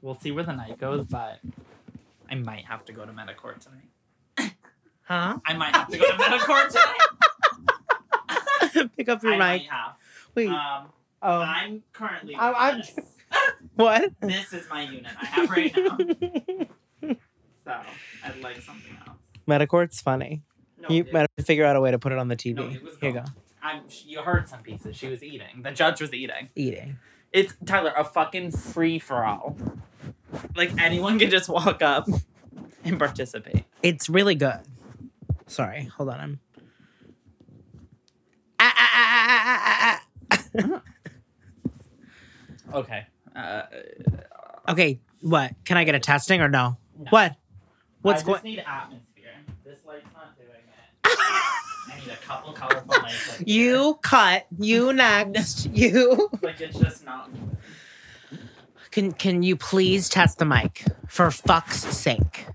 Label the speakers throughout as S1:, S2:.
S1: we'll see where the night goes, but I might have to go to Metacourt tonight.
S2: Huh?
S1: I might have to go to Metacourt tonight.
S2: Pick up
S1: I
S2: your
S1: might
S2: mic.
S1: have.
S2: Wait.
S1: Um,
S2: oh.
S1: I'm currently.
S2: I- I'm
S1: this.
S2: What?
S1: this is my unit I have right now. So I'd like something else.
S2: Metacourt's funny.
S1: No,
S2: you
S1: it-
S2: better figure out a way to put it on the TV.
S1: No, it was
S2: Here you go.
S1: gone. I'm, you heard some pieces. She was eating. The judge was eating.
S2: Eating.
S1: It's Tyler, a fucking free for all. Like anyone can just walk up and participate.
S2: It's really good. Sorry. Hold on. I'm. Ah, ah, ah, ah, ah,
S1: Okay. Uh,
S2: ah. Okay. What? Can I get a testing or no?
S1: No.
S2: What? What's
S1: I
S2: going?
S1: just need atmosphere. This light's not doing it. I need a couple colorful lights. Like
S2: You cut. You next. You.
S1: here. Like it's just not.
S2: Can Can you please test the mic for fuck's sake?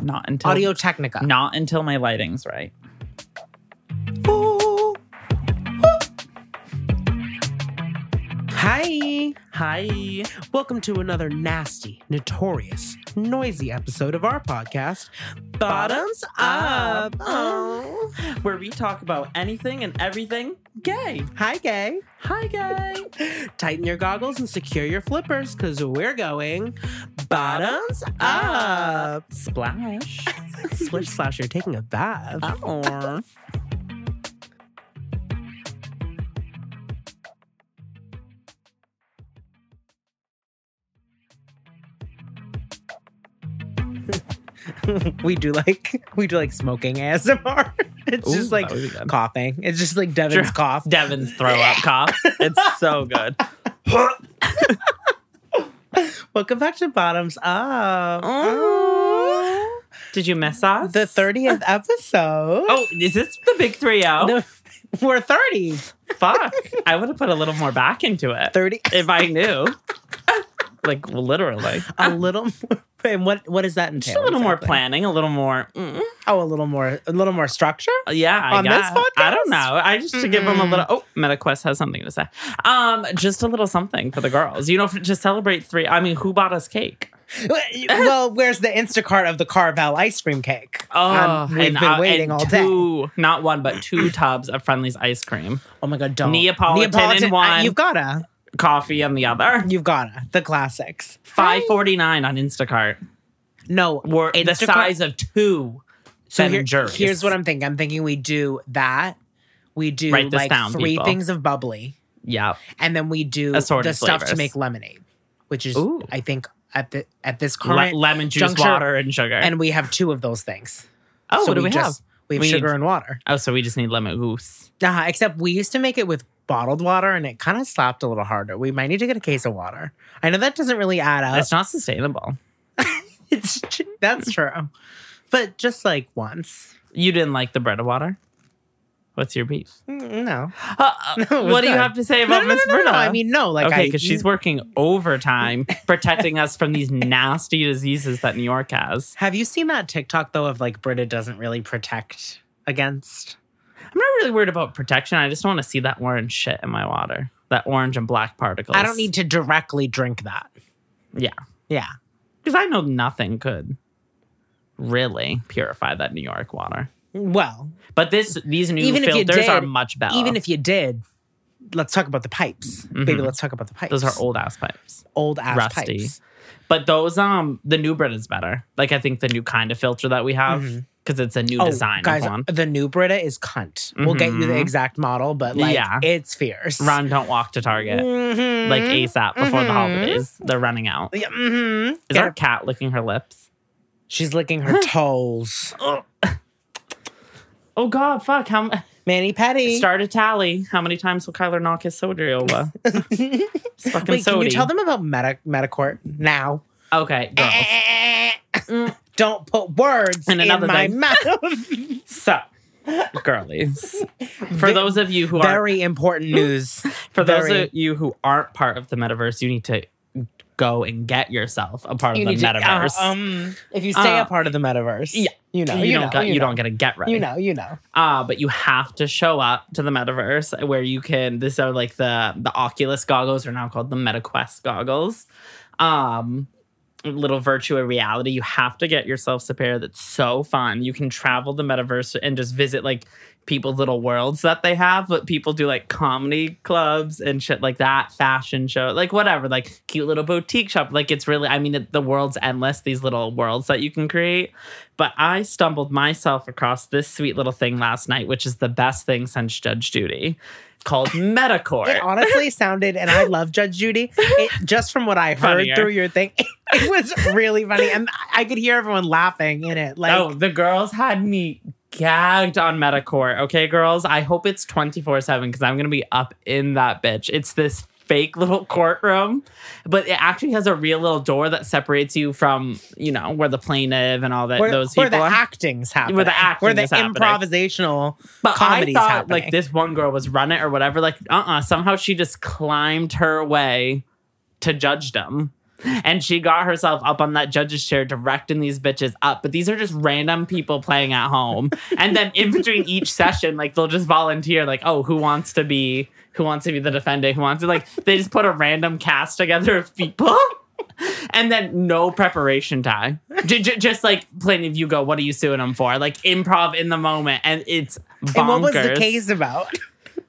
S1: Not until
S2: Audio Technica.
S1: Not until my lighting's right.
S2: Ooh. Hi.
S1: Hi.
S2: Welcome to another nasty, notorious, noisy episode of our podcast, Bottoms Up. Oh.
S1: Where we talk about anything and everything gay.
S2: Hi, gay.
S1: Hi, gay.
S2: Tighten your goggles and secure your flippers because we're going bottoms up.
S1: Splash.
S2: Splish Splash, you're taking a bath.
S1: Oh.
S2: we do like we do like smoking ASMR. It's just like coughing. It's just like Devin's
S1: Dr-
S2: cough.
S1: Devin's throw up cough. It's so good.
S2: Welcome back to Bottoms Up.
S1: Oh. Did you miss us?
S2: The 30th episode.
S1: Oh, is this the big three O?
S2: No, we're 30.
S1: Fuck. I would have put a little more back into it
S2: 30.
S1: if I knew. like literally.
S2: A little more. And what, what does that entail?
S1: Just a little more
S2: exactly?
S1: planning, a little more. mm,
S2: Oh, a little more, a little more structure.
S1: Yeah, I
S2: On this
S1: guess. I don't
S2: podcast? Mm-hmm.
S1: know. I just to give them a
S2: Mm-mm.
S1: little. Oh, MetaQuest has something to say. Um, just a little something for the girls. You know, for, to celebrate three. I mean, who bought us cake?
S2: Well, where's the Instacart of the Carvel ice cream cake? Um, we've
S1: Oh, and,
S2: been
S1: uh,
S2: waiting
S1: and
S2: all day.
S1: two, Not one, but two tubs of Friendly's ice cream,
S2: Oh my god, don't
S1: Neapolitan in
S2: uh,
S1: one.
S2: You've gotta,
S1: coffee on the other.
S2: you've gotta the classics.
S1: Five forty nine on Instacart.
S2: No,
S1: Were the
S2: Instacart-
S1: size of two.
S2: So
S1: Ben
S2: here-
S1: and Jerry's.
S2: here's what I'm thinking. I'm thinking we do that. We do
S1: Write this
S2: like
S1: down,
S2: three
S1: people.
S2: things of bubbly,
S1: Yeah.
S2: and then we do
S1: Assorted
S2: the stuff to
S1: flavors.
S2: make lemonade, which is
S1: Ooh.
S2: I think at the at this
S1: Le-
S2: current,
S1: lemon juice,
S2: juncture-
S1: water, and sugar.
S2: and we have two of those things.
S1: oh,
S2: So
S1: what do we
S2: just,
S1: have?
S2: We have
S1: We
S2: sugar
S1: need-
S2: and water.
S1: Oh, so we just need lemon goose.
S2: Uh, except we used to make it with bottled water and it kind of slapped a little harder. We might need to get a case of water. I know that doesn't really add up.
S1: That's not sustainable.
S2: It's that's true. But just like once.
S1: You didn't like the bread of water. What's your beef?
S2: Mm, No.
S1: Uh, uh,
S2: No, it was
S1: what do you
S2: good.
S1: have to say
S2: No,
S1: about
S2: no, no,
S1: Miss
S2: no, no,
S1: Bruno?
S2: no. I mean, no. Like,
S1: okay,
S2: I,
S1: because she's working overtime protecting us from these nasty diseases that New York has.
S2: Have you seen that TikTok though of like Britta doesn't really protect against?
S1: I'm not really worried about protection. I just want to see that orange shit in my water, that orange and black particles.
S2: I don't need to directly drink that.
S1: Yeah.
S2: Yeah.
S1: because I know nothing could really purify that New York water.
S2: Well,
S1: But this, these new
S2: Even if you
S1: filters are
S2: did,
S1: much better.
S2: even if you did, let's talk about the pipes. Baby,
S1: Mhm.
S2: let's talk about the pipes.
S1: those are old ass pipes.
S2: old ass
S1: rusty.
S2: pipes.
S1: But those, um, the new bread is better. Like I think the new kind of filter that we have
S2: Mhm.
S1: because it's a new design
S2: Guys, uh,
S1: of one.
S2: the new Brita is cunt. We'll get you the
S1: Mhm.
S2: exact model, but like
S1: Yeah.
S2: it's fierce.
S1: Run, don't walk to Target
S2: Mhm.
S1: like ASAP before the
S2: Mhm.
S1: holidays. They're running out.
S2: Yeah, mhm.
S1: Is
S2: Get
S1: our
S2: a-
S1: cat licking her lips?
S2: She's licking her toes.
S1: Oh God, fuck! How m-
S2: Manny Petty.
S1: start a tally? How many times will Kyler knock his soda over? It's fucking
S2: Wait, can you
S1: sody.
S2: tell them Eh. about meta Metacourt now?
S1: Okay, girls.
S2: Don't put words
S1: And
S2: in
S1: another
S2: my
S1: thing.
S2: mouth.
S1: so, girlies, for
S2: Ve-
S1: those of you who are
S2: Very important news.
S1: for those
S2: very-
S1: of you who aren't part of the metaverse, you need to go and get yourself a part of the
S2: to-
S1: metaverse.
S2: uh, um, if you stay
S1: Uh,
S2: a part of the metaverse,
S1: yeah,
S2: You know,
S1: you, don't
S2: know,
S1: get, you,
S2: know,
S1: don't get a get ready.
S2: You know, you know.
S1: Uh, but you have to show up to the metaverse where you can these are like the the Oculus goggles are now called the MetaQuest goggles. Um little virtual reality. You have to get yourself a pair that's so fun. You can travel the metaverse and just visit like people's little worlds that they have, but people do like comedy clubs and shit like that, fashion show, like whatever, like cute little boutique shop. Like it's really, I mean, it, the world's endless, these little worlds that you can create. But I stumbled myself across this sweet little thing last night, which is the best thing since Judge Judy called
S2: It
S1: Metacore.
S2: honestly sounded, and I love Judge Judy. It, just from what I heard
S1: Funnier.
S2: through your thing, it, was really funny, and I could hear everyone laughing in it. Like,
S1: oh, the girls had me gagged on Metacore. Okay, girls, I hope it's 24 7 because I'm going to be up in that bitch. It's this fake little courtroom, but it actually has a real little door that separates you from, you know, where the plaintiff and all that,
S2: where,
S1: those
S2: where
S1: people
S2: the
S1: are.
S2: acting's happening,
S1: Where the acting
S2: where the
S1: is happening.
S2: improvisational.
S1: But
S2: comedy's
S1: I thought
S2: happening.
S1: like this one girl was running or whatever. Like uh uh somehow she just climbed her way to judgedom. And she got herself up on that judge's chair, directing these bitches up. But these are just random people playing at home. and then in between each session, like they'll just volunteer, like, oh, who wants to be who wants to be the defendant? Who wants to like they just put a random cast together of people. And then no preparation time. J- j- just like plaintiff, you go, what are you suing them for? Like improv in the moment. And it's bonkers.
S2: And what was the case about?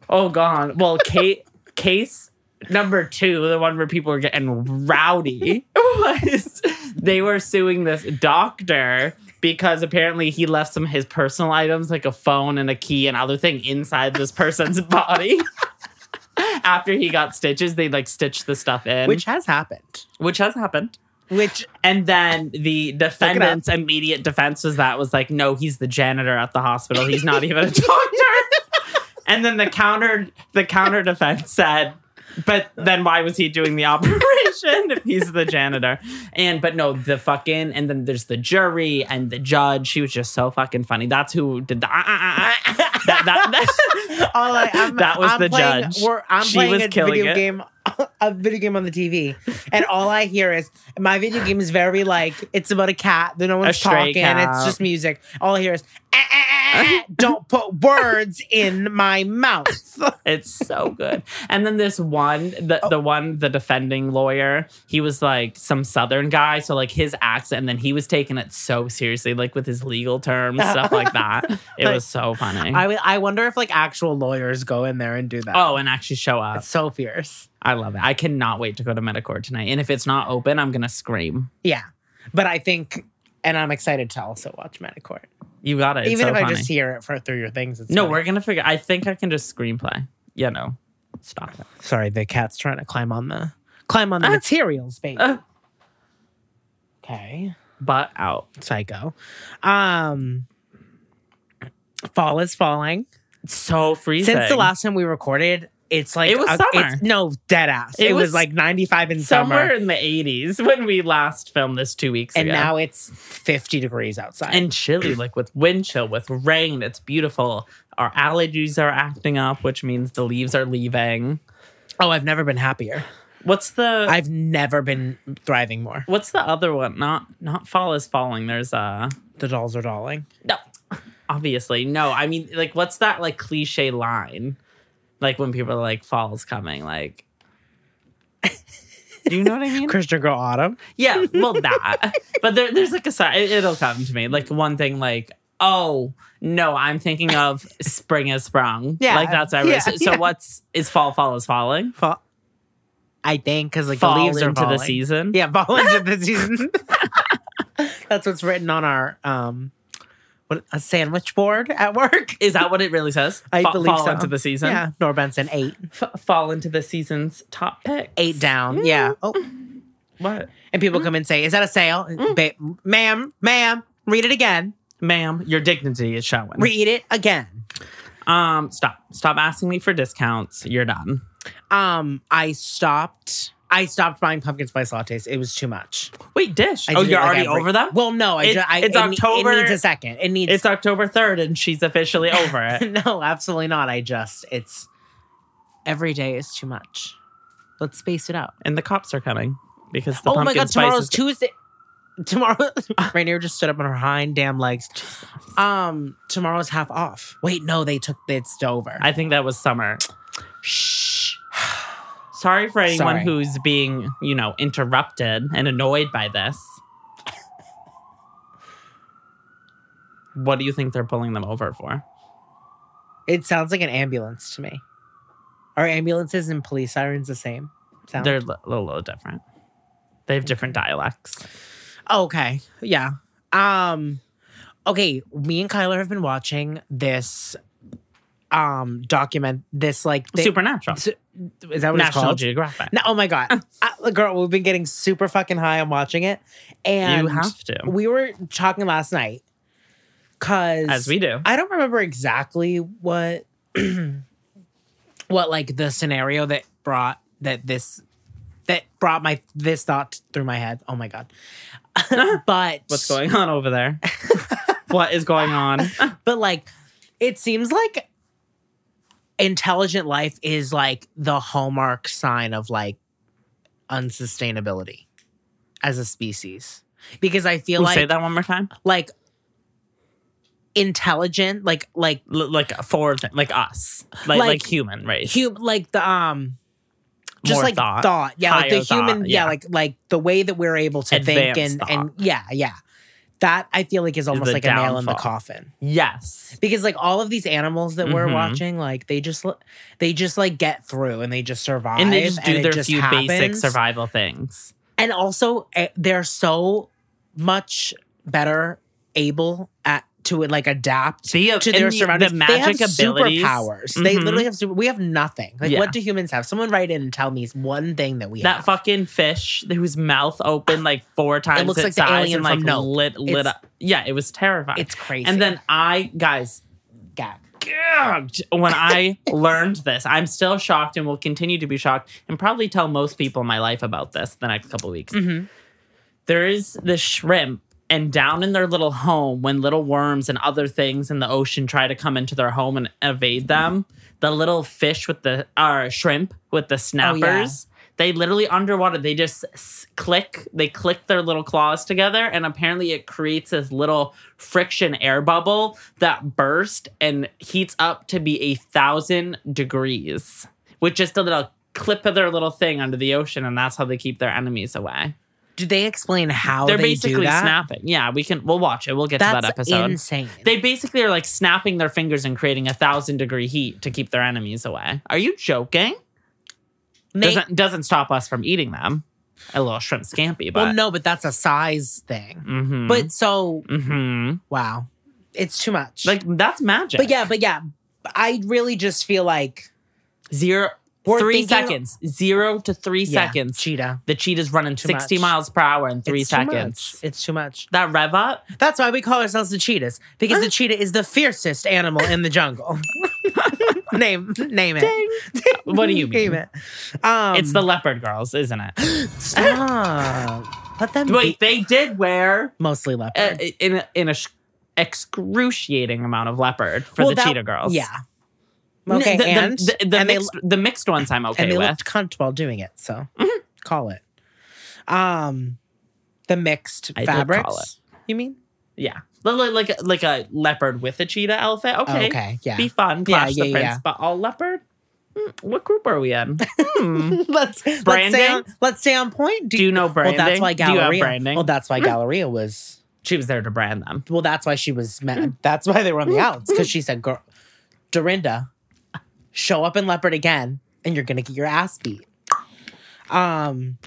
S1: Oh god. Well, Kate, case number two, the one where people were getting rowdy, was they were suing this doctor because apparently he left some of his personal items like a phone and a key and other thing inside this person's body. After he got stitches, they like stitched the stuff in,
S2: Which has happened.
S1: which has happened.
S2: Which
S1: And then the defendant's immediate defense was that was like, no, he's the janitor at the hospital. He's not even a doctor. and then the counter the counter defense said, but then why was he doing the operation if he's the janitor? And but no, the fucking and then there's the jury and the judge. She was just so fucking funny. That's who did the ah, ah, ah, ah. that, that,
S2: all I, I'm,
S1: That was
S2: I'm
S1: the
S2: playing,
S1: judge.
S2: We're, I'm
S1: She
S2: playing
S1: was
S2: a
S1: killing
S2: video
S1: it.
S2: game, a video game on the TV, and all I hear is my video game is very like it's about a cat. That no one's
S1: stray
S2: talking. It's
S1: cat.
S2: just music. All I hear is "Ah, ah, ah, ah, don't put words in my mouth.
S1: It's so good. And then this one, the
S2: Oh.
S1: the one, the defending lawyer, he was like some southern guy, so like his accent, and then he was taking it so seriously, like with his legal terms, stuff like that. It was so funny.
S2: I w- I wonder if like actual lawyers go in there and do that.
S1: oh, and actually show up.
S2: it's so fierce.
S1: I love it. I cannot wait to go to Medicore tonight. And if it's not open, I'm gonna scream.
S2: Yeah, but I think, and I'm excited to also watch Metacourt,
S1: You got it. It's
S2: even
S1: so
S2: if I
S1: funny.
S2: just hear it for through your things. It's
S1: no,
S2: funny.
S1: we're gonna figure. I think I can just screenplay. You know, stop it.
S2: Sorry, the cat's trying to climb on the climb on the
S1: Ah.
S2: materials, baby.
S1: Ah.
S2: okay,
S1: Butt out.
S2: psycho. Um, fall is falling.
S1: So freezing.
S2: Since the last time we recorded, it's like
S1: It was
S2: it's-
S1: summer.
S2: no, dead ass. It,
S1: It
S2: was,
S1: was
S2: like 95 in
S1: somewhere
S2: summer,
S1: in the 80s when we last filmed this two weeks
S2: and
S1: ago.
S2: now it's 50 degrees outside.
S1: and chilly, like with wind chill, with rain. It's beautiful. Our allergies are acting up, which means the leaves are leaving.
S2: oh, I've never been happier.
S1: What's the
S2: I've never been thriving more.
S1: what's the other one? Not not fall is falling. There's uh
S2: The dolls are dolling.
S1: no, obviously no. I mean, like what's that like cliche line? Like when people are like fall's coming, like. Do you know what I mean?
S2: Christian girl autumn.
S1: Yeah, well, that. but there, there's like a side. it- It'll come to me. Like one thing, like oh no, I'm thinking of spring has sprung.
S2: Yeah,
S1: like that's what I was.
S2: yeah,
S1: so
S2: yeah.
S1: what's is fall? Fall is falling.
S2: Fall. I think because like
S1: Fall
S2: the leaves are
S1: into
S2: falling.
S1: the season.
S2: Yeah, fall into the season. That's what's written on our um, what a sandwich board at work.
S1: Is that what it really says?
S2: I
S1: Fa-
S2: believe
S1: fall
S2: so.
S1: into the season.
S2: Yeah, Nor Benson eight,
S1: F- fall into the season's top pick.
S2: eight
S1: Mm.
S2: down. Yeah. Oh,
S1: What,
S2: and people come and say, "Is that a sale,
S1: Mm.
S2: Ba- ma'am? Ma'am, read it again.
S1: ma'am? Your dignity is showing.
S2: Read it again."
S1: um, stop. Stop asking me for discounts. You're done.
S2: Um, I stopped. I stopped buying pumpkin spice lattes. It was too much.
S1: Wait, dish.
S2: I
S1: oh,
S2: did it,
S1: you're
S2: like,
S1: already
S2: every-
S1: over them.
S2: Well, no. I,
S1: It's-
S2: ju- I
S1: it's
S2: it ne-
S1: October.
S2: It needs a second. It needs
S1: it's October third, and she's officially over it.
S2: no, absolutely not. I just it's every day is too much. Let's space it out.
S1: and the cops are coming because the
S2: oh my
S1: pumpkin
S2: god,
S1: spice
S2: tomorrow's
S1: is
S2: Tuesday. tomorrow Rainier just stood up on her hind damn legs. Um, tomorrow's half off. Wait, no, they took it's over.
S1: I think that was summer. Shh. Sorry for anyone
S2: Sorry.
S1: who's being, you know, interrupted and annoyed by this. What do you think they're pulling them over for?
S2: it sounds like an ambulance to me. Are ambulances and police sirens the same? Sound?
S1: They're a li- little, little different. They have different dialects.
S2: Okay. Yeah. Um okay, me and Kyler have been watching this um document this like they-
S1: Supernatural.
S2: Su- is that what it's
S1: National
S2: called?
S1: Geographic.
S2: No, oh my god. I, girl, we've been getting super fucking high on watching it
S1: you
S2: and
S1: have to,
S2: we were talking last night cuz
S1: as we do.
S2: I don't remember exactly what what like the scenario that brought that this that brought my this thought through my head. Oh my god. but
S1: What's going on over there? what is going on?
S2: but like it seems like intelligent life is like the hallmark sign of like unsustainability as a species. Because I feel
S1: say
S2: like
S1: that one more time.
S2: like intelligent like like
S1: L- like for th- like us, like, like
S2: Like,
S1: human race.
S2: hu- like the um just
S1: More
S2: like thought, yeah like the
S1: Higher thought,
S2: human yeah.
S1: yeah.
S2: like like the way that we're able to think
S1: Advanced
S2: and and yeah yeah that i feel like is almost
S1: the
S2: like a nail in the
S1: downfall.
S2: coffin
S1: Yes.
S2: because like all of these animals that we're
S1: Mhm.
S2: watching like they just l- they just like get through and they just survive
S1: and they just do
S2: it
S1: their
S2: just
S1: few basic
S2: happens.
S1: survival things.
S2: and also eh, they're so much better able at to like adapt
S1: The,
S2: to
S1: and
S2: their
S1: uh, the-
S2: surroundings.
S1: the magic
S2: they have
S1: abilities.
S2: superpowers. They
S1: Mhm.
S2: literally have super. We have nothing. Like,
S1: Yeah.
S2: what do humans have? Someone write in and tell me one thing that we
S1: That
S2: have.
S1: fucking fish whose mouth opened like four times
S2: looks
S1: its
S2: like the
S1: size
S2: alien
S1: and like
S2: from Nope.
S1: lit lit
S2: It's-
S1: up. Yeah, it was terrifying.
S2: it's crazy.
S1: and then I, guys,
S2: gag.
S1: gagged when I learned this. I'm still shocked and will continue to be shocked and probably tell most people in my life about this the next couple weeks. There is the shrimp, and down in their little home, when little worms and other things in the ocean try to come into their home and evade them, the little fish with the uh, shrimp with the snappers. They literally underwater. They just s- click. They click their little claws together, and apparently it creates this little friction air bubble that bursts and heats up to be a thousand degrees, with just a little clip of their little thing under the ocean, and that's how they keep their enemies away.
S2: Do they explain how
S1: They're
S2: Oh, they do
S1: basically
S2: that?
S1: snapping. Yeah, we can. We'll watch it. We'll get
S2: That's
S1: to that episode.
S2: insane.
S1: They basically are like snapping their fingers and creating a thousand degree heat to keep their enemies away. Are you joking?
S2: May-
S1: doesn't doesn't stop us from eating them. A little shrimp scampi,
S2: well,
S1: but
S2: no, but that's a size thing.
S1: Mhm.
S2: But so
S1: Mhm.
S2: wow, it's too much.
S1: like that's magic.
S2: but yeah, but yeah, I really just feel like
S1: zero
S2: We're
S1: three
S2: thinking-
S1: seconds, zero to three
S2: yeah,
S1: seconds.
S2: cheetah.
S1: The cheetah's running
S2: Too
S1: sixty
S2: much.
S1: miles per hour in three
S2: It's too much.
S1: seconds.
S2: It's too much.
S1: That rev up,
S2: That's why we call ourselves the cheetahs because the cheetah is the fiercest animal in the jungle. name name it.
S1: Ding. What do you
S2: Name
S1: mean?
S2: it. Um,
S1: it's the leopard girls, isn't it?
S2: stop. ah, Let them be
S1: Wait, they did wear
S2: mostly
S1: uh,
S2: leopard.
S1: in a, in a sh- excruciating amount of leopard for
S2: Well,
S1: the
S2: that-
S1: cheetah girls.
S2: Yeah.
S1: N-
S2: Mm-hmm. Okay,
S1: the, the-
S2: and
S1: the, the
S2: and they-
S1: mixed, the mixed ones I'm okay
S2: and they
S1: with. Mm-hmm.
S2: looked cunt while doing it, so call it. Um, the mixed
S1: I did call
S2: fabrics. You mean?
S1: Yeah. Li- li- Like, a- like, a leopard with a cheetah outfit. Okay.
S2: Okay. Yeah.
S1: Be fun. Clash
S2: yeah,
S1: the
S2: yeah,
S1: Prince.
S2: yeah.
S1: But all leopard? Hmm, what group are we in? Hmm.
S2: let's let's
S1: Branding?
S2: stay on, let's stay on point.
S1: Do you know branding?
S2: Well, that's why
S1: Do you have
S2: Galleria.
S1: branding? Mm-hmm.
S2: Well, that's why Galleria was
S1: she was there to brand them.
S2: Well, that's why she was
S1: Hmm.
S2: mad. That's why they were on the outs because she said, "Girl, Dorinda, show up in leopard again, and you're gonna get your ass beat." Um,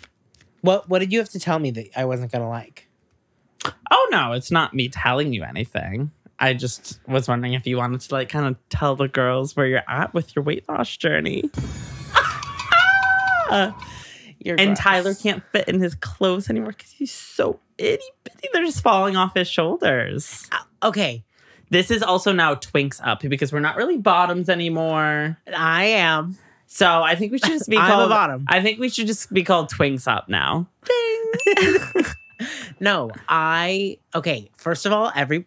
S2: what what did you have to tell me that I wasn't gonna like?
S1: Oh, no. It's not me telling you anything. I just was wondering if you wanted to, like, kind of tell the girls where you're at with your weight loss journey.
S2: You're
S1: And
S2: gross.
S1: Tyler can't fit in his clothes anymore because he's so itty bitty. They're just falling off his shoulders.
S2: Okay,
S1: This is also now twinks up because we're not really bottoms anymore.
S2: I am.
S1: So I think we should just be
S2: I'm a
S1: called
S2: bottom.
S1: I think we should just be called Twinks Up now.
S2: No, I okay. First of all, every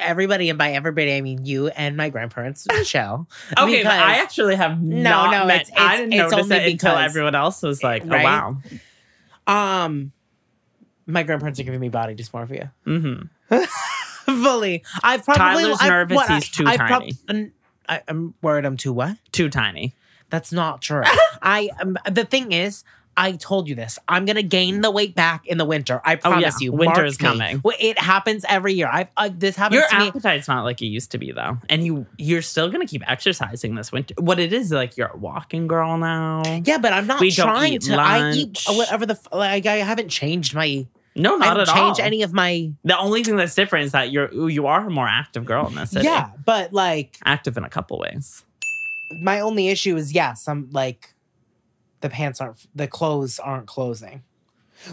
S2: everybody, and by everybody I mean you and my grandparents, Michelle.
S1: Okay, but I
S2: Because-
S1: actually have
S2: No,
S1: not
S2: no,
S1: met.
S2: it's-
S1: I
S2: it's-
S1: didn't
S2: it's
S1: notice
S2: only
S1: it until
S2: because-
S1: everyone else was like,
S2: Right?
S1: "Oh wow,
S2: Um, My grandparents are giving me body dysmorphia.
S1: Mm-hmm.
S2: Fully. I've probably.
S1: Tyler's
S2: I've-
S1: nervous
S2: what,
S1: he's too
S2: I've
S1: tiny.
S2: n- I, am worried I'm too what?
S1: Too tiny.
S2: That's not true. I um, the thing is, I told you this. I'm gonna gain the weight back in the winter. I promise you.
S1: Winter
S2: Mark
S1: is
S2: me.
S1: Oh, coming.
S2: Well, It happens every year. I've uh, this happens
S1: Your
S2: to me.
S1: appetite's not like it used to be though, and you you're still gonna keep exercising this winter. What it is like, you're a walking girl now.
S2: Yeah, but I'm not
S1: We don't
S2: trying
S1: eat
S2: to. I eat
S1: lunch.
S2: whatever the f- like. I haven't changed my.
S1: No,
S2: I
S1: not
S2: haven't
S1: at
S2: changed
S1: all.
S2: any of my.
S1: the only thing that's different is that you're ooh, you are a more active girl in this city.
S2: Yeah, but like
S1: active in a couple ways.
S2: my only issue is yes, I'm like the pants aren't the clothes aren't closing.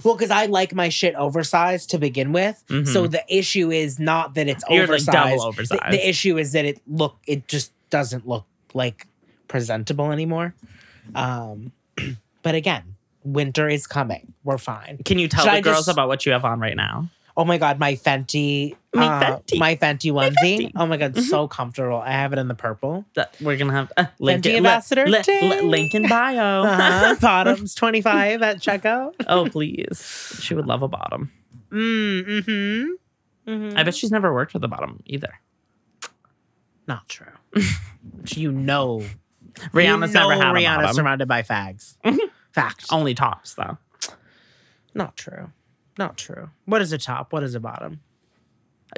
S2: Well, because I like my shit oversized to begin with. So the issue is not that it's
S1: Mm-hmm. You're, like,
S2: oversized.
S1: double
S2: The-
S1: oversized.
S2: The, issue is that it look it just doesn't look like presentable anymore. Um, but again, winter is coming. We're fine.
S1: Can you tell
S2: Should
S1: the
S2: I
S1: girls
S2: just-
S1: about what you have on right now?
S2: Oh my god, my Fenty,
S1: My
S2: uh,
S1: Fenty.
S2: my Fenty onesie.
S1: Fenty. Mm-hmm.
S2: Oh my god, so comfortable. I have it in the purple.
S1: That we're gonna have uh, link
S2: Fenty
S1: in-
S2: ambassador?
S1: li- li- li-
S2: Ding.
S1: link in bio.
S2: Uh-huh. Bottoms twenty five at checkout.
S1: oh please, she would love a bottom.
S2: Mm, mm-hmm.
S1: I bet she's never worked with a bottom either.
S2: not true. you know,
S1: Rihanna's
S2: you know
S1: never had a Oh,
S2: Rihanna's
S1: bottom.
S2: surrounded by fags. Fact.
S1: Only tops though.
S2: Not true. Not true. What is a top? What is a bottom?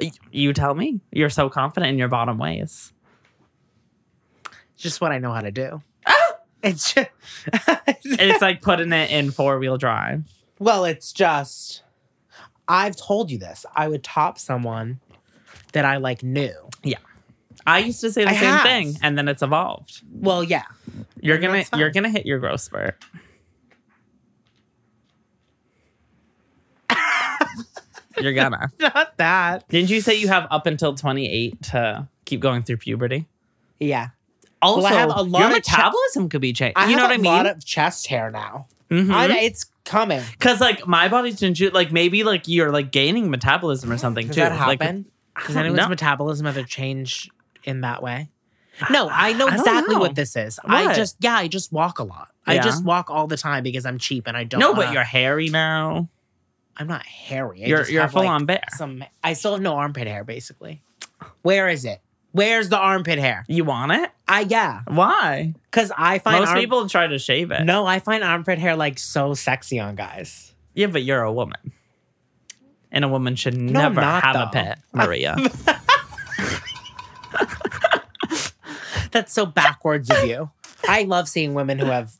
S1: Y- You tell me. You're so confident in your bottom ways.
S2: It's just what I know how to do. it's just,
S1: It's like putting it in four wheel drive.
S2: well, it's just. I've told you this. I would top someone that I like knew.
S1: I used to say the
S2: I
S1: same
S2: have.
S1: thing, and then it's evolved.
S2: Well, yeah.
S1: You're
S2: And
S1: gonna
S2: that's fine.
S1: you're gonna hit your growth spurt. you're gonna.
S2: Not that.
S1: Didn't you say you have up until 28 to keep going through puberty?
S2: Yeah.
S1: Also,
S2: Well, I have a lot
S1: your
S2: of cha-
S1: metabolism could be changed.
S2: I
S1: you know
S2: have
S1: what I
S2: a lot
S1: mean?
S2: of chest hair now. I,
S1: Because
S2: it's coming.
S1: Mm-hmm. like my body's been ju- like maybe like you're like gaining metabolism or something
S2: Does
S1: too.
S2: that
S1: Like,
S2: happen? Does
S1: I
S2: anyone's
S1: don't know.
S2: metabolism ever change in that way? No, I know
S1: I don't
S2: exactly
S1: know.
S2: what this is. I
S1: What?
S2: just yeah, I just walk a lot. I
S1: Yeah.
S2: just walk all the time because I'm cheap and I don't.
S1: no,
S2: wanna-
S1: but you're hairy now.
S2: I'm not hairy. I
S1: you're
S2: just
S1: you're
S2: have,
S1: full
S2: like,
S1: on bear.
S2: Some I still have no armpit hair basically. Where is it? Where's the armpit hair?
S1: You want it?
S2: I yeah,
S1: Why?
S2: because I find
S1: Most
S2: arm-
S1: people try to shave it.
S2: No, I find armpit hair like so sexy on guys.
S1: Yeah, but you're a woman. And a woman should
S2: I'm
S1: never
S2: not,
S1: have a
S2: though.
S1: pet, Maria.
S2: That's so backwards of you. I love seeing women who have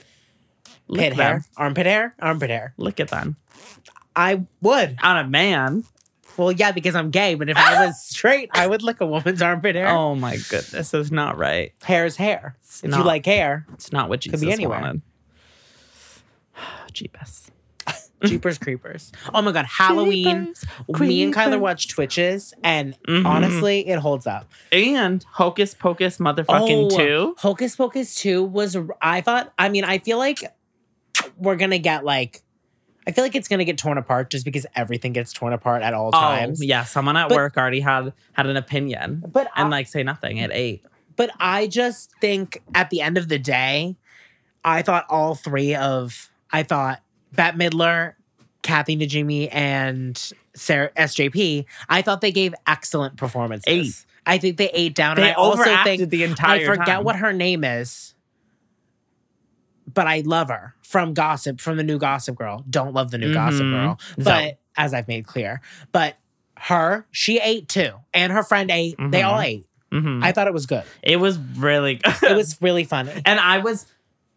S1: Look
S2: pit
S1: at
S2: hair,
S1: them.
S2: armpit hair, armpit hair.
S1: Look at them.
S2: I would.
S1: On a man.
S2: Well, yeah, because I'm gay, but if I was straight, I would lick a woman's armpit hair.
S1: Oh my goodness, it's not right.
S2: Hair is hair. if you
S1: not.
S2: like hair,
S1: It's not what Jesus
S2: be anywhere.
S1: wanted. Jeebus.
S2: Jeepers Creepers. Oh my God, Halloween. Me and Kyler
S1: creepers.
S2: watch Twitches, and
S1: Mhm.
S2: honestly, it holds up.
S1: And Hocus Pocus motherfucking
S2: Oh,
S1: two.
S2: Hocus Pocus 2 was, I thought, I mean, I feel like we're going to get like, I feel like it's going to get torn apart just because everything gets torn apart at all
S1: Oh,
S2: times.
S1: yeah. Someone at
S2: But-
S1: work already had had an opinion
S2: But I,
S1: and like say nothing at eight.
S2: but I just think at the end of the day, I thought all three of I thought Bette Midler, Kathy Najimy, and Sarah SJP. I thought they gave excellent performances.
S1: Eight.
S2: I think they ate down.
S1: They
S2: and I also
S1: overacted
S2: think
S1: the
S2: I
S1: entire.
S2: forget
S1: time.
S2: what her name is, but I love her from Gossip, from the new Gossip Girl. Don't love the new Gossip
S1: Mhm.
S2: Girl,
S1: No.
S2: but as I've made clear, but her she ate too, and her friend ate. They all
S1: Mhm.
S2: ate.
S1: Mhm.
S2: I thought it was good
S1: it was really. Good.
S2: Mm-hmm. it was really funny.
S1: and I was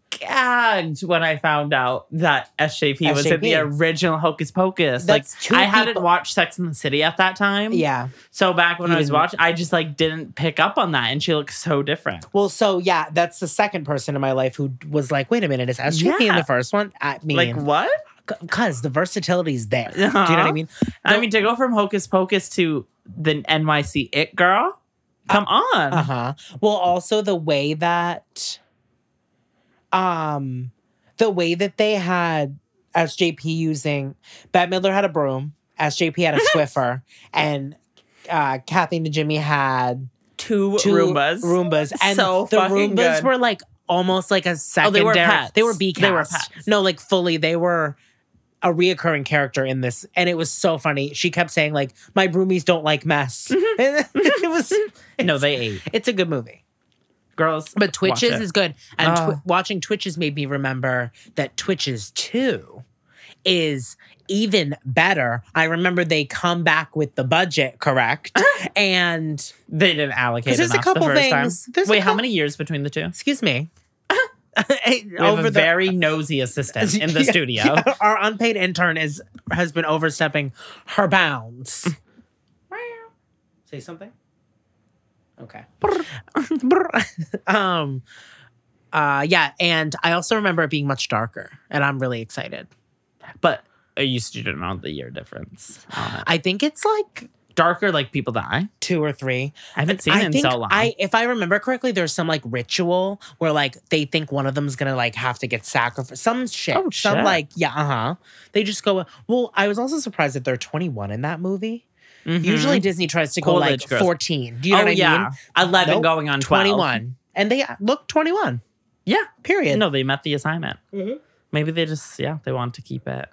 S1: gagged when I found out that SJP, was in the
S2: SJP.
S1: original Hocus Pocus.
S2: That's two
S1: like I hadn't
S2: people-
S1: watched Sex in the City at that time.
S2: Yeah.
S1: So back when
S2: You
S1: I was
S2: didn't-
S1: watching, I just like didn't pick up on that, and she looked so different.
S2: Well, so yeah, that's the second person in my life who was like, wait a minute, is SJP in
S1: Yeah.
S2: the first one? I mean,
S1: Like what?
S2: because the versatility's there. Do you know what I
S1: Uh-huh.
S2: mean?
S1: I
S2: No.
S1: mean, to go from Hocus Pocus to the NYC It Girl, come on.
S2: Uh huh. Well, also the way that, um, the way that they had SJP using, Bette Midler had a broom, SJP had a Swiffer, and uh, Kathy and Jimmy had
S1: two,
S2: two
S1: Roombas.
S2: Roombas, and
S1: So
S2: the
S1: fucking
S2: Roombas
S1: good.
S2: were like almost like Oh, a secondary.
S1: were pets.
S2: They were B
S1: They were
S2: cast.
S1: pets.
S2: No, like fully. They were a reoccurring character in this, and it was so funny. She kept saying like, "My roomies don't like mess." it was
S1: No, they ate.
S2: it's a good movie. Uh.
S1: Girls.
S2: But
S1: watch
S2: Twitches
S1: it.
S2: is good. And
S1: Oh.
S2: tw- watching Twitches made me remember that Twitches 2 is even better. I remember they come back with the budget correct. and
S1: They didn't allocate
S2: 'Cause
S1: enough
S2: there's a couple
S1: the first
S2: things-
S1: time.
S2: there's a
S1: Wait, how
S2: couple-
S1: many years between the two?
S2: excuse me.
S1: We have a very nosy assistant in the
S2: Yeah,
S1: studio.
S2: yeah, our unpaid intern is has been overstepping her bounds. Say something. Okay. um. Uh. Yeah. And I also remember it being much darker, and I'm really excited.
S1: But uh, you still didn't know the year difference. on it.
S2: I think it's like
S1: Darker like people die.
S2: two or three.
S1: I haven't seen
S2: I
S1: it in
S2: think
S1: so long.
S2: I, if I remember correctly, there's some like ritual where like they think one of them's gonna like have to get sacrificed. Some shit.
S1: Oh,
S2: some
S1: shit.
S2: like yeah, uh huh. They just go. Well, I was also surprised that they're 21 in that movie.
S1: Mhm.
S2: Usually Disney tries to go
S1: College
S2: like
S1: girls.
S2: 14. Do you know
S1: oh,
S2: what I
S1: yeah.
S2: mean?
S1: 11
S2: Nope.
S1: going on 12.
S2: 21. And they look 21.
S1: Yeah.
S2: Period.
S1: No, they met the assignment.
S2: Mhm.
S1: Maybe they just, yeah, they want to keep it.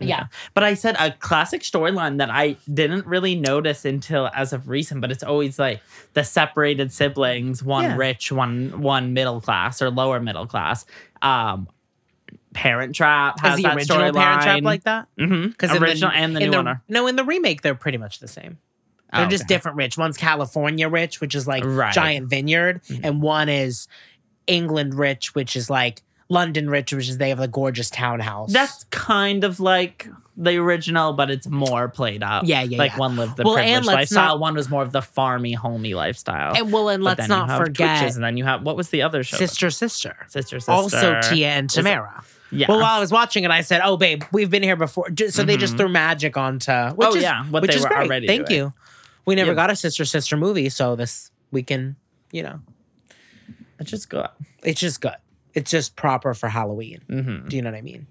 S2: Yeah.
S1: But I said a classic storyline that I didn't really notice until as of recent, but it's always like the separated siblings, one
S2: Yeah.
S1: rich, one one middle class or lower middle class. Um Parent Trap has
S2: Is the
S1: that
S2: original Parent Trap
S1: storyline.
S2: like that?
S1: Mhm.
S2: in
S1: original and the
S2: in
S1: new one are
S2: No, in the remake, they're pretty much the same. They're
S1: Oh,
S2: just
S1: okay.
S2: different rich. One's California rich, which is like
S1: Right.
S2: giant vineyard,
S1: Mhm.
S2: and one is England rich, which is like London rich, which is they have a gorgeous townhouse.
S1: That's kind of like the original, but it's more played up.
S2: Yeah, yeah,
S1: Like
S2: yeah.
S1: one lived the
S2: Well, and
S1: privileged
S2: let's
S1: lifestyle,
S2: not-
S1: one was more of the farmy, homey lifestyle.
S2: and well, and
S1: But
S2: let's
S1: then you
S2: not
S1: have
S2: forget
S1: Twitches, and then you have what was the other show?
S2: sister, sister,
S1: sister, sister.
S2: also Tia and
S1: it-
S2: Tamara.
S1: Yeah.
S2: Well, while I was watching it, I said, "Oh, babe, we've been here before." Ju- So they just
S1: Mhm.
S2: threw magic onto. Which
S1: Oh,
S2: is,
S1: yeah, what
S2: which
S1: they
S2: is
S1: were
S2: great.
S1: already
S2: Thank
S1: doing.
S2: you. We never
S1: Yeah.
S2: got a sister sister movie, so this we can, you know,
S1: it's just good.
S2: it's just good. It's just proper for Halloween.
S1: hmm
S2: Do you know what I mean?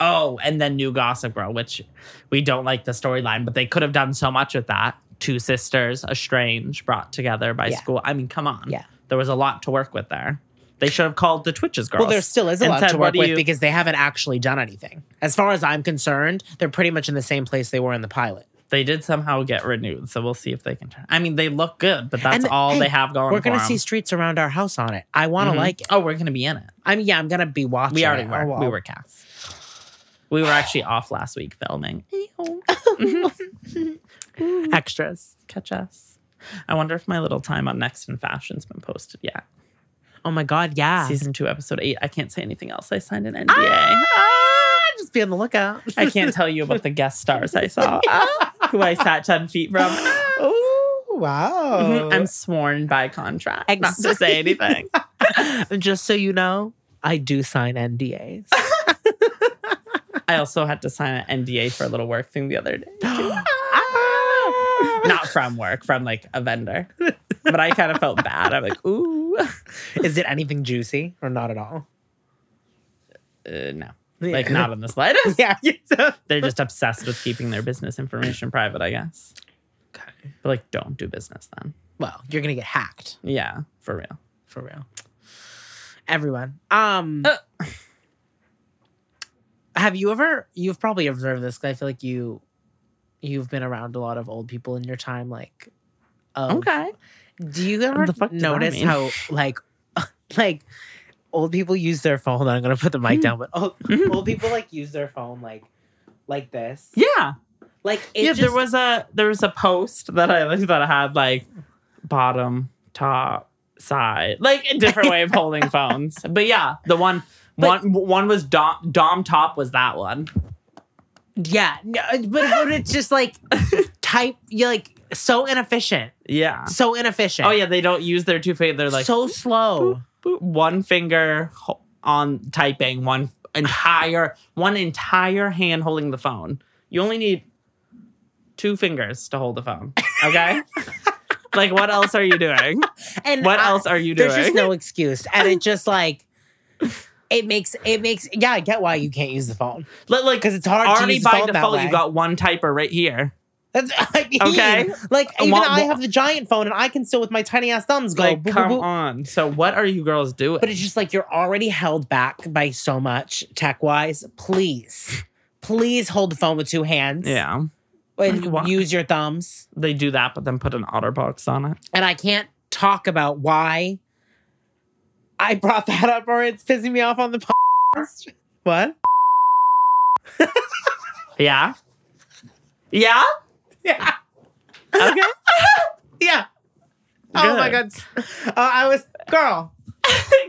S1: Oh, and then new Gossip Girl, which we don't like the storyline, but they could have done so much with that. Two sisters estranged, brought together by
S2: Yeah.
S1: school. I mean, come on.
S2: Yeah.
S1: There was a lot to work with there. They should have called the Twitches girls.
S2: Well, there still is a
S1: and
S2: lot
S1: said,
S2: to
S1: "What
S2: work
S1: do
S2: with
S1: you-"
S2: because they haven't actually done anything. As far as I'm concerned, they're pretty much in the same place they were in the pilot.
S1: they did somehow get renewed, so we'll see if they can turn. I mean, they look good, but that's
S2: And,
S1: all
S2: hey,
S1: they have going.
S2: we're gonna
S1: for 'em.
S2: see streets around our house on it. I want to
S1: Mhm.
S2: like it.
S1: Oh, we're gonna be in it.
S2: I'm yeah, I'm gonna be watching.
S1: We already
S2: it.
S1: were.
S2: Oh, well.
S1: We were cast. We were actually off last week filming.
S2: extras.
S1: Catch us. I wonder if my little time on Next in Fashion's been posted yet.
S2: Oh my god, yeah.
S1: Season two, episode eight. I can't say anything else. I signed an NDA.
S2: Ah, just be on the lookout.
S1: I can't tell you about the guest stars I saw, Ah! who I sat ten feet from.
S2: oh wow! Mm-hmm.
S1: Mhm. I'm sworn by contract not to say anything.
S2: I'm just so you know, I do sign NDAs.
S1: I also had to sign an NDA for a little work thing the other day.
S2: Ah.
S1: Not from work, from like a vendor. But I kind of felt bad. I'm like, ooh.
S2: Is it anything juicy or not at all?
S1: Uh, no. Like, not in the slightest.
S2: yeah.
S1: They're just obsessed with keeping their business information private, I guess.
S2: Okay.
S1: But like, don't do business then.
S2: Well, you're gonna get hacked
S1: Yeah, for real.
S2: for real. Everyone. Um.
S1: Uh.
S2: Have you ever? You've probably observed this. 'cause I feel like you, you've been around a lot of old people in your time. Like, of-
S1: Okay.
S2: Do you ever
S1: the fuck does that
S2: notice
S1: mean?
S2: how like like old people use their phone? Hold on, I'm gonna put the mic down, but old,
S1: Mhm.
S2: old people like use their phone like like this.
S1: Yeah.
S2: Like it
S1: yeah, there
S2: just-
S1: was a there was a post that I that I had like bottom, top, side. Like a different way of holding phones. But yeah, the one
S2: But-
S1: one one was dom dom top was that one.
S2: yeah, no, but but it's just like type you're like so inefficient.
S1: Yeah.
S2: So inefficient.
S1: Oh yeah, they don't use their two fingers. They're like
S2: so slow.
S1: boop, one finger ho- on typing, one entire one entire hand holding the phone. You only need two fingers to hold the phone. Okay? like what else are you doing?
S2: And
S1: What
S2: I-
S1: else are you doing?
S2: There's just no excuse. And it just like it makes it makes yeah, I get why you can't use the phone.
S1: Li- like
S2: Because it's hard to
S1: already
S2: use the
S1: by
S2: phone that
S1: default
S2: way.
S1: you got one typer right here.
S2: That's I mean,
S1: Okay.
S2: Like
S1: Uh,
S2: even
S1: wha-
S2: I
S1: wha-
S2: have the giant phone, and I can still with my tiny ass thumbs go.
S1: like
S2: boop, boop,
S1: come
S2: boop.
S1: on. So what are you girls doing?
S2: But it's just like you're already held back by so much tech wise. Please, Please hold the phone with two hands.
S1: Yeah.
S2: And
S1: Why?
S2: use your thumbs.
S1: They do that, but then put an OtterBox on it.
S2: And I can't talk about why I brought that up or it's pissing me off on the podcast. What?
S1: Yeah. Yeah.
S2: Yeah.
S1: Okay.
S2: Yeah. Oh my god. Uh, I was girl,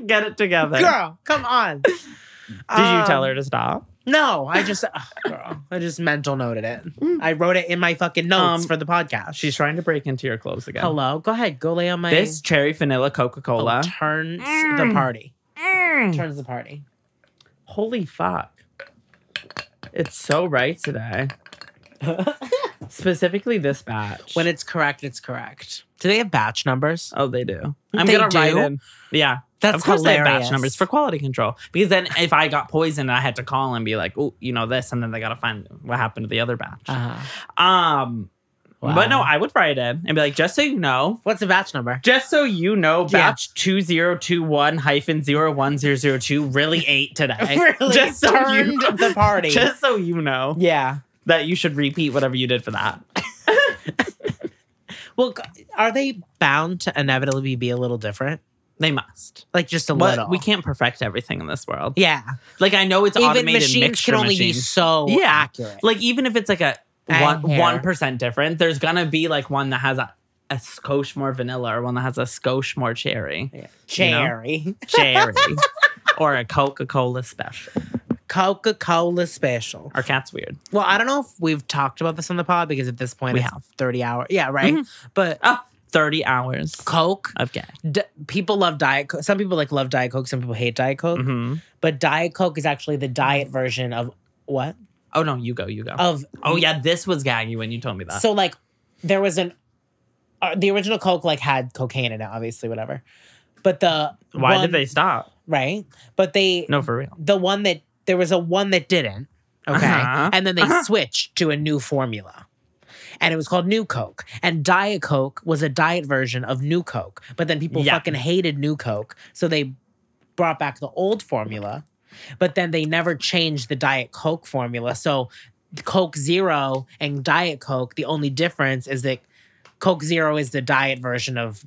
S1: Get it together.
S2: girl, come on. Did
S1: Did you tell
S2: Um,
S1: her to stop?
S2: No, I just ugh, girl, I just mental noted it. I wrote it in my fucking notes
S1: Mm. Um,
S2: for the podcast.
S1: She's trying to break into your clothes again.
S2: hello. Go ahead, go lay on my
S1: This cherry vanilla Coca
S2: Oh,
S1: Cola.
S2: turns
S1: Mm.
S2: the party. Turns the party.
S1: Holy fuck. It's so right today. Specifically this batch.
S2: When it's correct, it's correct. Do they have batch numbers?
S1: oh, they do. I'm
S2: They
S1: gonna write
S2: do?
S1: in. Yeah.
S2: That's
S1: of course
S2: hilarious.
S1: they have batch numbers for quality control. Because then if I got poisoned, I had to call and be like, oh, you know this, and then they gotta find what happened to the other batch.
S2: Uh-huh.
S1: Um
S2: Wow.
S1: but no, I would write in and be like, just so you know,
S2: What's a batch number?
S1: just so you know,
S2: Yeah.
S1: batch two zero two one hyphen zero one zero zero two really ate today.
S2: really
S1: just so
S2: turned
S1: you
S2: the party.
S1: just so you know
S2: yeah.
S1: that you should repeat whatever you did for that.
S2: Well, g- are they bound to inevitably be a little different?
S1: They must.
S2: Like just a
S1: But
S2: little.
S1: we can't perfect everything in this world.
S2: Yeah.
S1: Like I know it's
S2: Even
S1: automated
S2: machines
S1: mixture
S2: can only be
S1: machines.
S2: so
S1: Yeah.
S2: accurate.
S1: like even if it's like a
S2: I
S1: one
S2: hear.
S1: one percent different, there's gonna be like one that has a, a skosh more vanilla or one that has a skosh more cherry,
S2: Cherry.
S1: cherry, or a Coca Cola special.
S2: Coca Cola special.
S1: Our cat's weird.
S2: Well, I don't know if we've talked about this on the pod because at this point
S1: We
S2: it's
S1: have.
S2: 30 hour. Yeah, right. But
S1: Oh, 30 hours
S2: Coke,
S1: of gas.
S2: d- people love Diet Coke. Some people like love Diet Coke, some people hate Diet Coke.
S1: hmm
S2: But Diet Coke is actually the diet version of what?
S1: Oh no, you go, you go.
S2: Of
S1: oh yeah, this was gaggy when you told me that.
S2: Uh, So like there was an uh, the original Coke like had cocaine in it, obviously, whatever. But the
S1: Why
S2: one-
S1: did they stop?
S2: right? But they
S1: No, for real.
S2: the one that there was a one that didn't. Okay.
S1: Uh-huh.
S2: And then they
S1: Uh-huh.
S2: switched to a new formula. And it was called New Coke. And Diet Coke was a diet version of New Coke. But then people
S1: Yeah.
S2: fucking hated New Coke. So they brought back the old formula. But then they never changed the Diet Coke formula. So Coke Zero and Diet Coke, the only difference is that Coke Zero is the diet version of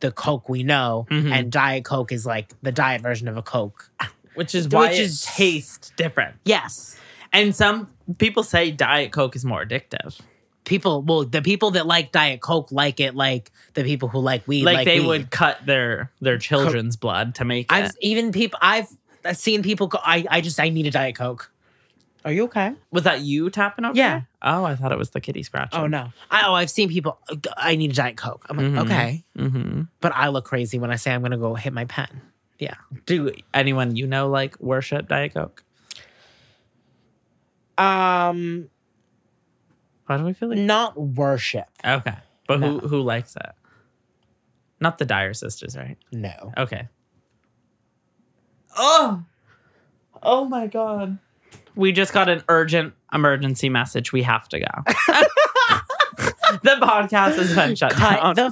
S2: the Coke we know.
S1: Mhm.
S2: And Diet Coke is like the diet version of a Coke.
S1: Which is why
S2: Which
S1: it
S2: is-
S1: tastes different.
S2: Yes.
S1: And some people say Diet Coke is more addictive.
S2: people well the people that like diet coke like it like the people who like weed
S1: Like,
S2: like,
S1: they
S2: weed.
S1: would cut their their children's blood to make
S2: i've
S1: it.
S2: even people i've seen people go i i just i need a diet coke are you okay
S1: Was that you tapping over?
S2: Yeah.
S1: there? Oh, I thought it was the kitty scratching.
S2: oh no i oh i've seen people i need a diet coke i'm like
S1: Mhm.
S2: okay
S1: hmm
S2: but i look crazy when i say i'm gonna go hit my pen
S1: Do anyone you know like worship Diet Coke?
S2: um
S1: Why do we feel like
S2: not worship
S1: okay? But
S2: Mm. No.
S1: who who likes it? Not the Dyer sisters, right?
S2: no
S1: Okay. Oh, oh my god! We just got an urgent emergency message. We have to go. the podcast has been shut down.
S2: cut the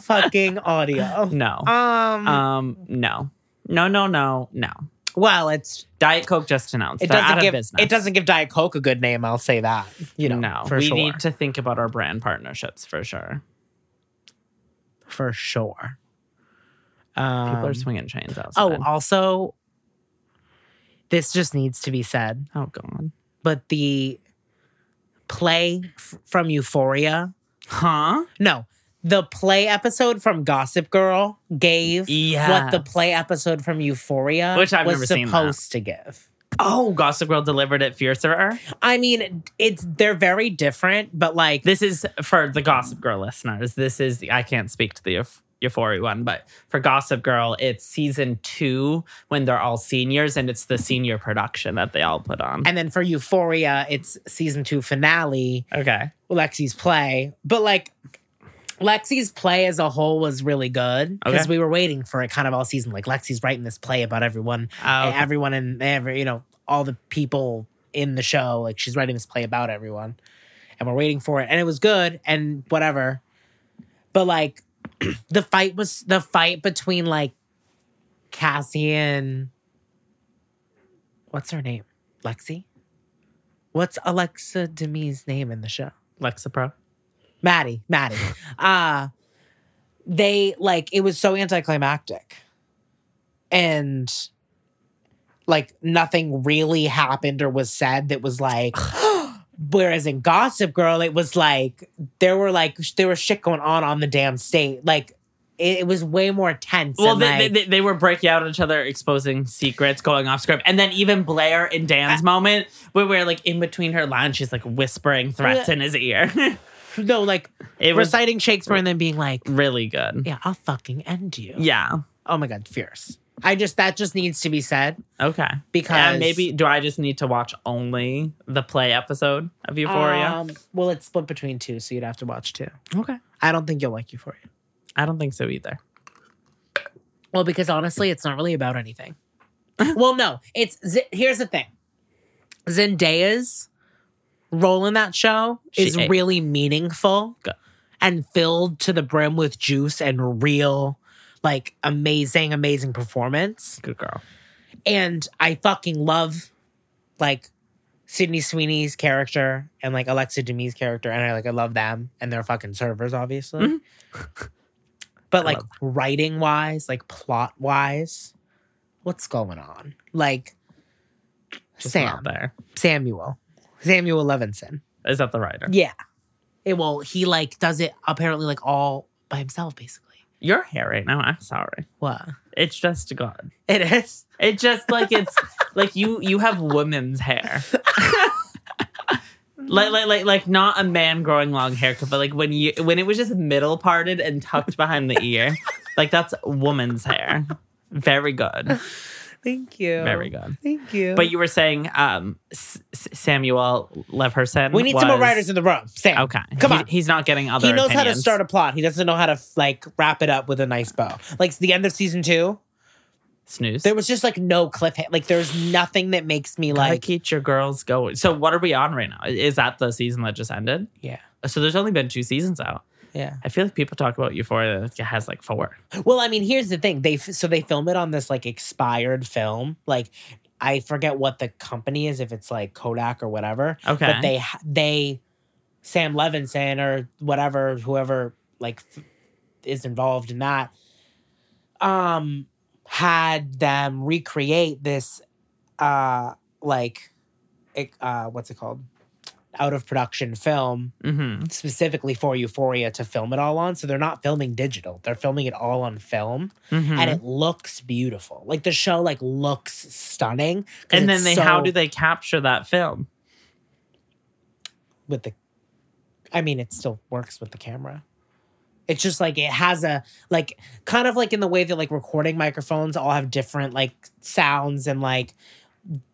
S2: fucking audio
S1: no.
S2: um
S1: Um. No. No. No. No. No.
S2: well it's
S1: Diet Coke just announced
S2: it
S1: they're out
S2: doesn't
S1: of
S2: give
S1: business.
S2: it doesn't give diet coke a good name i'll say that you know
S1: no,
S2: for
S1: we
S2: sure
S1: need to think about our brand partnerships for sure.
S2: for sure. Um,
S1: People are swinging chains outside.
S2: oh, also, this just needs to be said,
S1: oh god,
S2: but the play f- from Euphoria,
S1: huh?
S2: no, the play episode from Gossip Girl gave
S1: Yeah.
S2: what the play episode from Euphoria
S1: Which I've
S2: was
S1: never seen that.
S2: supposed to give.
S1: oh, Gossip Girl delivered it fiercer.
S2: I mean, it's they're very different, but like
S1: This is for the Gossip Girl listeners. This is the, I can't speak to the euph- Euphoria one, but for Gossip Girl, it's season two when they're all seniors, and it's the senior production that they all put on.
S2: and then for Euphoria, it's season two finale.
S1: Okay,
S2: Lexi's play, but like Lexi's play as a whole was really good because
S1: Okay.
S2: we were waiting for it kind of all season. Like Lexi's writing this play about everyone,
S1: Oh, okay.
S2: everyone and every you know all the people in the show. Like she's writing this play about everyone, and we're waiting for it, and it was good and whatever. But like the fight was the fight between like Cassie and what's her name, Lexi. What's Alexa Demi's name in the show?
S1: Lexapro.
S2: Maddie, Maddie. Uh they like it was so anticlimactic. And like nothing really happened or was said that was like whereas in Gossip Girl it was like there were like sh- there was shit going on on the damn stage. Like it, it was way more tense.
S1: Well,
S2: and,
S1: they,
S2: like,
S1: they, they, they were breaking out at each other, exposing secrets, going off script. And then even Blair in
S2: Uh,
S1: Dan's moment, where we're like in between her lines, she's like whispering threats
S2: Uh,
S1: in his ear.
S2: no like
S1: it was
S2: reciting Shakespeare and then being like,
S1: really good.
S2: "Yeah, I'll fucking end you."
S1: Yeah.
S2: Oh my god, fierce. I just that just needs to be said
S1: Okay.
S2: because
S1: Yeah, maybe do I just need to watch only the play episode of Euphoria?
S2: Um, well, it's split between two, so you'd have to watch two.
S1: okay.
S2: I don't think you'll like Euphoria.
S1: I don't think so either.
S2: Well, because honestly, it's not really about anything. well, no, it's Z- here's the thing. Zendaya's role in that show
S1: She
S2: is
S1: ate.
S2: really meaningful
S1: Good.
S2: and filled to the brim with juice and real, like amazing, amazing performance.
S1: Good girl.
S2: and I fucking love like Sydney Sweeney's character and like Alexa Demi's character, and I like I love them and their fucking servers, obviously.
S1: Mhm.
S2: but
S1: I
S2: like
S1: love
S2: writing wise, like plot wise, what's going on? Like
S1: Just
S2: Sam,
S1: not there.
S2: Samuel, Samuel Levinson.
S1: Is that the writer?
S2: Yeah, it will. He like does it apparently like all by himself, basically.
S1: Your hair right now. I'm sorry.
S2: What
S1: It's just gone.
S2: it is?
S1: It just like it's like you you have woman's hair. like, like like like not a man growing long hair, but like when you when it was just middle parted and tucked behind the ear, like that's woman's hair. Very good.
S2: Thank you.
S1: Very good.
S2: Thank you.
S1: But you were saying um, S- S- Samuel Leverson.
S2: we need some more
S1: was-
S2: writers in the room. Sam.
S1: Okay,
S2: Come
S1: He-
S2: on.
S1: he's not getting other.
S2: he knows how to
S1: opinions.
S2: start a plot. He doesn't know how to like wrap it up with a nice bow. Like the end of season two,
S1: snooze.
S2: there was just like no cliffhanger. Like there's nothing that makes me
S1: Gotta
S2: like
S1: keep your girls going. So what are we on right now? Is that the season that just ended?
S2: yeah,
S1: So there's only been two seasons out.
S2: yeah.
S1: I feel like people talk about Euphoria that has like four.
S2: Well, I mean, here's the thing. They f- so they film it on this like expired film. Like I forget what the company is if it's like Kodak or whatever.
S1: Okay,
S2: But they ha- they Sam Levinson or whatever whoever like f- is involved in that um had them recreate this uh like it, uh what's it called out of production film
S1: hmm
S2: specifically for Euphoria to film it all on so they're not filming digital they're filming it all on film
S1: Mm-hmm. Hmm.
S2: and it looks beautiful like the show like looks stunning 'cause
S1: and
S2: it's
S1: then they how
S2: so-
S1: do they capture that film?
S2: with the I mean it still works with the camera. It's just like it has a like kind of like in the way that like recording microphones all have different like sounds and like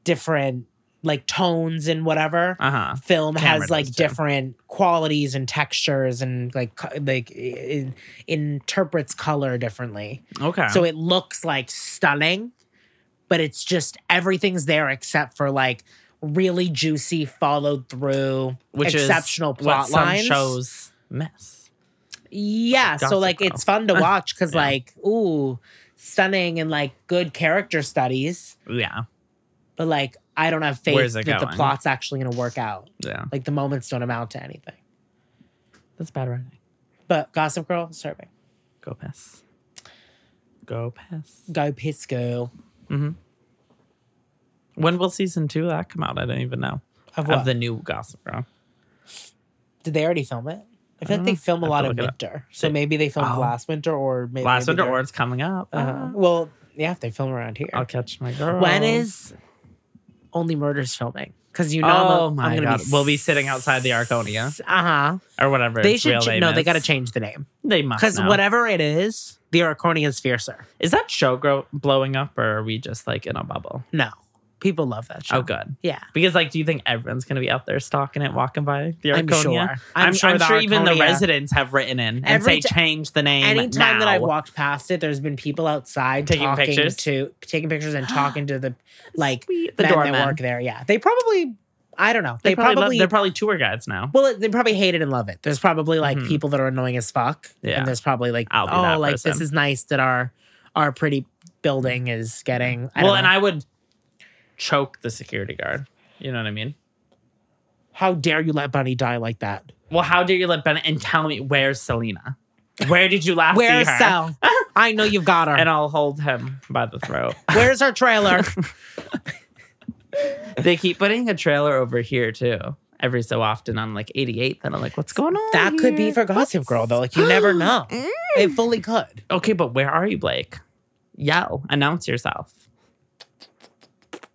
S2: different like tones and whatever.
S1: Uh huh.
S2: Film
S1: Camera
S2: has like
S1: does too.
S2: different qualities and textures and like co- like it, interprets color differently.
S1: Okay.
S2: So it looks like stunning, but it's just everything's there except for like really juicy followed through
S1: which
S2: exceptional
S1: is
S2: plot
S1: what some
S2: lines.
S1: shows miss.
S2: Yeah, so
S1: Gossip
S2: like
S1: Girl.
S2: it's fun to watch because
S1: Yeah.
S2: like ooh, stunning and like good character studies,
S1: Yeah.
S2: but like I don't have faith
S1: Where's
S2: that
S1: it
S2: the
S1: going?
S2: plot's actually gonna work out.
S1: Yeah.
S2: Like the moments don't amount to anything.
S1: That's bad writing.
S2: But Gossip Girl serving.
S1: Go piss. Go piss.
S2: Go piss girl.
S1: When will season two of that come out? I don't even know.
S2: Of what?
S1: Of the new Gossip Girl.
S2: Did they already film it? I feel
S1: I
S2: like
S1: don't
S2: they
S1: know.
S2: film a
S1: Mm, I have
S2: lot
S1: to
S2: in
S1: look it up.
S2: winter. So
S1: They-
S2: maybe they filmed
S1: Oh.
S2: last winter or maybe
S1: Last
S2: they
S1: winter
S2: did-
S1: or it's coming up.
S2: Uh,
S1: Uh,
S2: well, yeah, if they film around here.
S1: I'll catch my girl.
S2: When is Only Murders filming? Because you know, I'm a-
S1: Oh
S2: I'm,
S1: my
S2: gonna
S1: god!
S2: be
S1: we'll be sitting outside the Arconia
S2: Uh huh.
S1: or whatever.
S2: They
S1: its
S2: should
S1: real
S2: ch-
S1: name
S2: no. They
S1: is.
S2: got to change the name
S1: They must.
S2: because
S1: know.
S2: whatever it is, the Arconia is fiercer.
S1: is that show grow- blowing up, or are we just like in a bubble?
S2: No, people love that show.
S1: Oh, good.
S2: Yeah,
S1: Because like, do you think everyone's gonna be out there stalking it, walking by the Arconia?
S2: I'm sure. I'm,
S1: I'm,
S2: sure.
S1: I'm
S2: the
S1: even the
S2: Arconia-
S1: residents have written in and say
S2: Every ti-
S1: change the name.
S2: Anytime that I've
S1: now."
S2: walked past it, there's been people outside
S1: Taking
S2: talking
S1: pictures?
S2: to taking pictures and talking to the like
S1: Sweet. the
S2: men
S1: doorman,
S2: that work there. Yeah, they probably. I don't know. They,
S1: probably, love-
S2: probably
S1: they're probably tour guides now.
S2: Well, they probably hate it and love it. There's probably like
S1: Mhm.
S2: people that are annoying as fuck,
S1: Yeah.
S2: and there's probably like,
S1: I'll be
S2: oh,
S1: that
S2: like this
S1: person.
S2: is nice that our our pretty building is getting. I
S1: well,
S2: don't
S1: and
S2: know.
S1: I would choke the security guard. You know what I mean?
S2: How dare you let Bunny die like that?
S1: Well, how dare you let Bennett and tell me where's Selena? Where did you last
S2: Where's
S1: see her?
S2: Sel? I know you've got her.
S1: And I'll hold him by the throat.
S2: Where's her trailer?
S1: they keep putting a trailer over here too. Every so often on like 88, then I'm like, what's going on?
S2: that could be
S1: here? Mm.
S2: for Gossip Girl though. Like you never know. It fully could.
S1: Okay, but where are you, Blake? Yell, announce yourself.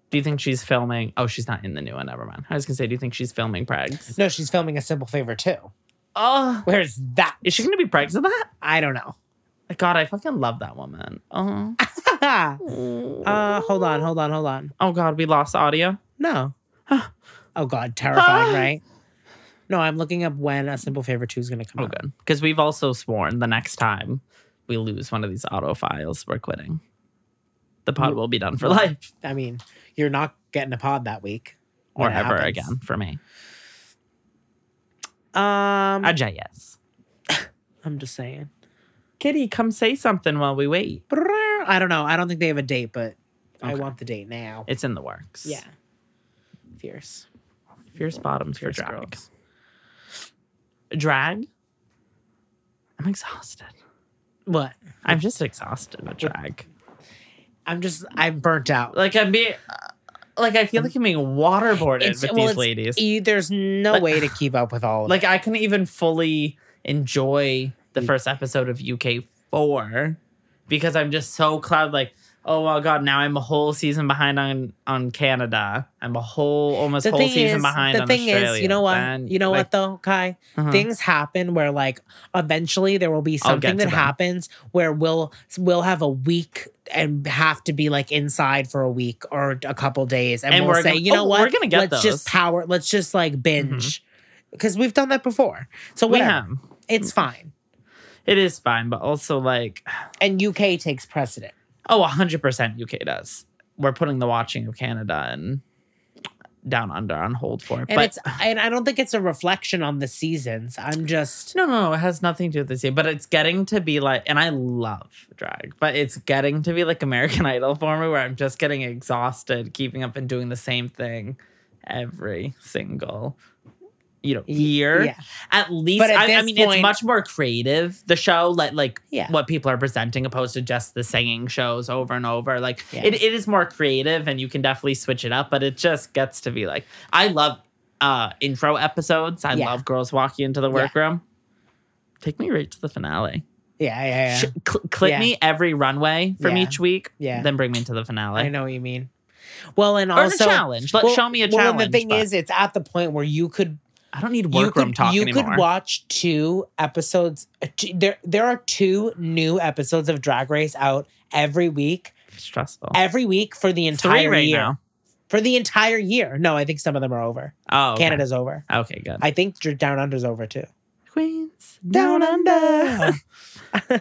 S1: Do you think she's filming? Oh, she's not in the new one. Never mind. I was gonna say, do you think she's filming Pregs?
S2: No, she's filming a simple favor too.
S1: Oh,
S2: Where's that?
S1: is she gonna be Pregs in that?
S2: I don't know.
S1: God, I fucking love that woman. Oh,
S2: uh, hold on, hold on, hold on.
S1: oh God, we lost audio.
S2: No. oh God,
S1: Ah.
S2: terrifying, right? No, I'm looking up when a simple favor two is going to
S1: Oh,
S2: come out.
S1: good. Because we've also sworn the next time we lose one of these auto files, we're quitting. The pod will be done for life
S2: I mean, you're not getting a pod that week
S1: or
S2: when it
S1: ever
S2: happens.
S1: again for me.
S2: Um,
S1: Ajay, yes.
S2: I'm just saying.
S1: Kitty, come say something while we wait.
S2: I don't know. I don't think they have a date, but I
S1: Okay.
S2: want the date now.
S1: It's in the works.
S2: Yeah. Fierce.
S1: Fierce bottoms for
S2: Fierce
S1: drag.
S2: girls.
S1: Drag? I'm exhausted.
S2: What?
S1: I'm just exhausted with drag.
S2: I'm just, I'm burnt out.
S1: Like I'm being, like I feel like I'm being waterboarded
S2: It's-
S1: with
S2: well,
S1: these
S2: it's
S1: ladies.
S2: E- there's no
S1: Like-
S2: way to keep up with all of
S1: like I couldn't even fully enjoy
S2: Mm.
S1: the first episode of UK four because I'm just so cloud like oh my god now I'm a whole season behind on on Canada I'm a whole almost
S2: the
S1: whole
S2: thing
S1: season
S2: is,
S1: behind
S2: the
S1: on
S2: thing
S1: Australia.
S2: is, you know what?
S1: Then,
S2: you know
S1: like,
S2: what though, Kai?
S1: uh-huh.
S2: Things happen where like eventually there will be
S1: I'll get
S2: something that
S1: to them.
S2: happens where we'll we'll have a week and have to be like inside for a week or a couple days, and,
S1: And
S2: we'll
S1: we're
S2: say,
S1: gonna-
S2: you know
S1: oh,
S2: what?
S1: we're gonna get
S2: let's
S1: those. Mm-hmm.
S2: just power. Let's just like binge because we've done that before. So
S1: we
S2: whatever,
S1: have
S2: it's fine.
S1: it is fine but also like
S2: And UK takes precedent.
S1: oh 100% UK does we're putting the watching of Canada and down under on hold for it
S2: And
S1: but
S2: it's and I don't think it's a reflection on the seasons. I'm just
S1: No, no, no, it has nothing to do with this year, but it's getting to be like, and I love drag, but it's getting to be like American Idol for me, where I'm just getting exhausted, keeping up and doing the same thing every single, you know, year.
S2: yeah.
S1: At least,
S2: But at
S1: I, I
S2: this
S1: mean,
S2: point-
S1: it's much more creative. The show, like, like
S2: Yeah.
S1: what people are presenting, opposed to just the singing shows over and over. Like, it,
S2: Yes.
S1: it is more creative, and you can definitely switch it up. But it just gets to be like, I love uh intro episodes. I
S2: Yeah.
S1: love girls walking into the workroom. Take me right to the finale.
S2: Yeah, yeah, yeah.
S1: Sh- cl- clip
S2: Yeah.
S1: me every runway from
S2: Yeah.
S1: each week.
S2: Yeah.
S1: Then bring me into the finale.
S2: I know what you mean. Well, and
S1: Or
S2: also
S1: a challenge. Let,
S2: well-
S1: show me a
S2: well,
S1: challenge.
S2: and the thing
S1: but
S2: is, it's at the point where you could
S1: I don't need
S2: you
S1: workroom
S2: could
S1: talk
S2: you
S1: anymore.
S2: could watch two episodes. uh, two- There there are two new episodes of Drag Race out every week,
S1: it's stressful.
S2: every week for the
S1: Three
S2: entire
S1: right
S2: year.
S1: now.
S2: For the entire year. No, I think some of them are over.
S1: Oh, okay.
S2: Canada's over.
S1: Okay, good.
S2: I think Dr- Down Under's over too.
S1: Queens down under.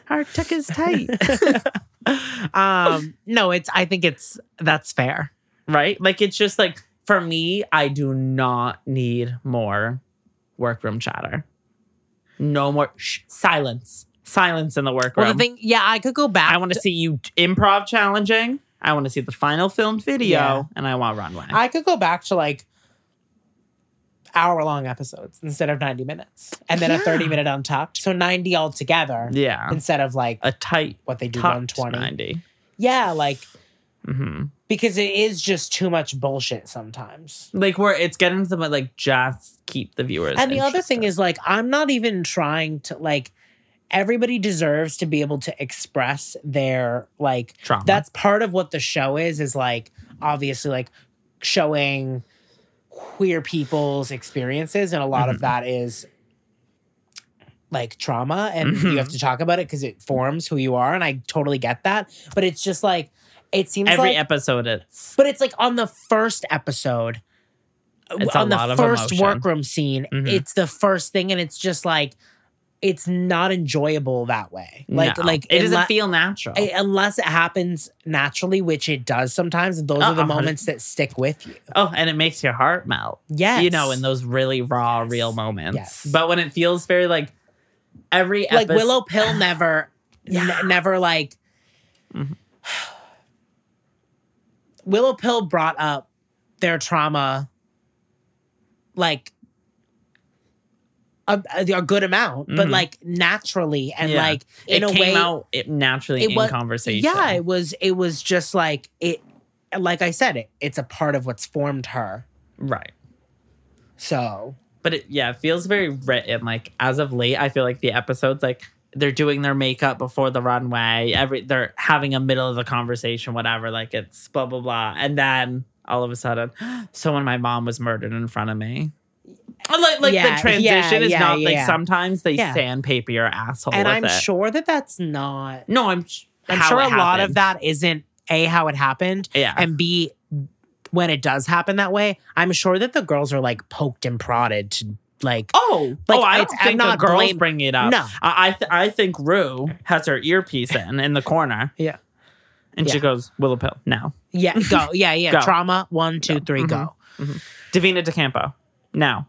S1: Our tuck is tight.
S2: um, no, it's. I think it's that's fair.
S1: right? Like it's just like for me, I do not need more workroom chatter. No more shh, silence, silence in the workroom.
S2: Well, the thing, yeah, I could go back.
S1: I want to see you t- improv challenging. I want to see the final filmed video,
S2: Yeah.
S1: and I want runway.
S2: I could go back to like hour long episodes instead of 90 minutes and then a
S1: Yeah.
S2: 30 minute untucked. So 90 altogether
S1: yeah,
S2: instead of like
S1: a tight
S2: what they do
S1: top
S2: 120.
S1: 90
S2: Yeah, like
S1: Mm-hmm.
S2: because it is just too much bullshit sometimes.
S1: Like where it's getting to the point, like just keep the viewers.
S2: And the other thing
S1: interested.
S2: is like I'm not even trying to like everybody deserves to be able to express their like
S1: trauma.
S2: that's part of what the show is is like obviously like showing queer people's experiences and a lot of
S1: Mhm.
S2: that is like trauma and you
S1: Mhm.
S2: have to talk about it because it forms who you are and i totally get that but it's just like it seems
S1: every
S2: like
S1: episode. It's
S2: but it's like on the first episode
S1: It's a
S2: on
S1: lot
S2: the
S1: of
S2: first
S1: emotion.
S2: workroom scene
S1: Mhm.
S2: it's the first thing and it's just like it's not enjoyable that way like
S1: no.
S2: like
S1: it doesn't
S2: unle-
S1: feel natural.
S2: I- unless it happens naturally, which it does sometimes, and those are the
S1: Uh-uh.
S2: moments that stick with you.
S1: oh, and it makes your heart melt.
S2: Yes,
S1: you know, in those really raw,
S2: Yes.
S1: real moments.
S2: Yes.
S1: But when it feels very like every
S2: like
S1: episode,
S2: Willow Pill never,
S1: Yeah.
S2: n- never like
S1: Mhm.
S2: Willow Pill brought up their trauma, like a, a good amount, but
S1: Mhm.
S2: like naturally and
S1: Yeah.
S2: like in
S1: it
S2: a
S1: came
S2: way.
S1: out it naturally
S2: it
S1: in
S2: wa-
S1: conversation.
S2: yeah, it was. It was just like it. Like I said, it, it's a part of what's formed her.
S1: right.
S2: So
S1: But it, yeah, it feels very written. Like as of late, I feel like the episodes like they're doing their makeup before the runway. Every they're having a middle of the conversation, whatever. Like it's blah blah blah, and then all of a sudden, someone my mom was murdered in front of me. And, Like, like
S2: Yeah,
S1: the transition
S2: yeah,
S1: is
S2: yeah,
S1: not like
S2: yeah.
S1: sometimes they
S2: Yeah.
S1: sandpaper your asshole.
S2: and
S1: with
S2: I'm
S1: it.
S2: sure that that's not.
S1: No, I'm. sh-
S2: I'm
S1: how
S2: sure a
S1: it
S2: lot
S1: happened.
S2: of that isn't a how it happened,
S1: Yeah.
S2: and b when it does happen that way. I'm sure that the girls are like poked and prodded to like.
S1: Oh,
S2: Like,
S1: oh, I don't
S2: it's- I'm
S1: think the
S2: not
S1: girls
S2: blame-
S1: bring it up.
S2: No.
S1: I I, th- I think Rue has her earpiece in in the corner.
S2: Yeah.
S1: and she
S2: Yeah.
S1: goes Willow Pill now.
S2: Yeah, go. Yeah, yeah.
S1: Go.
S2: Trauma. One, two,
S1: Go. Mm-hmm.
S2: three, go.
S1: Davina DeCampo now.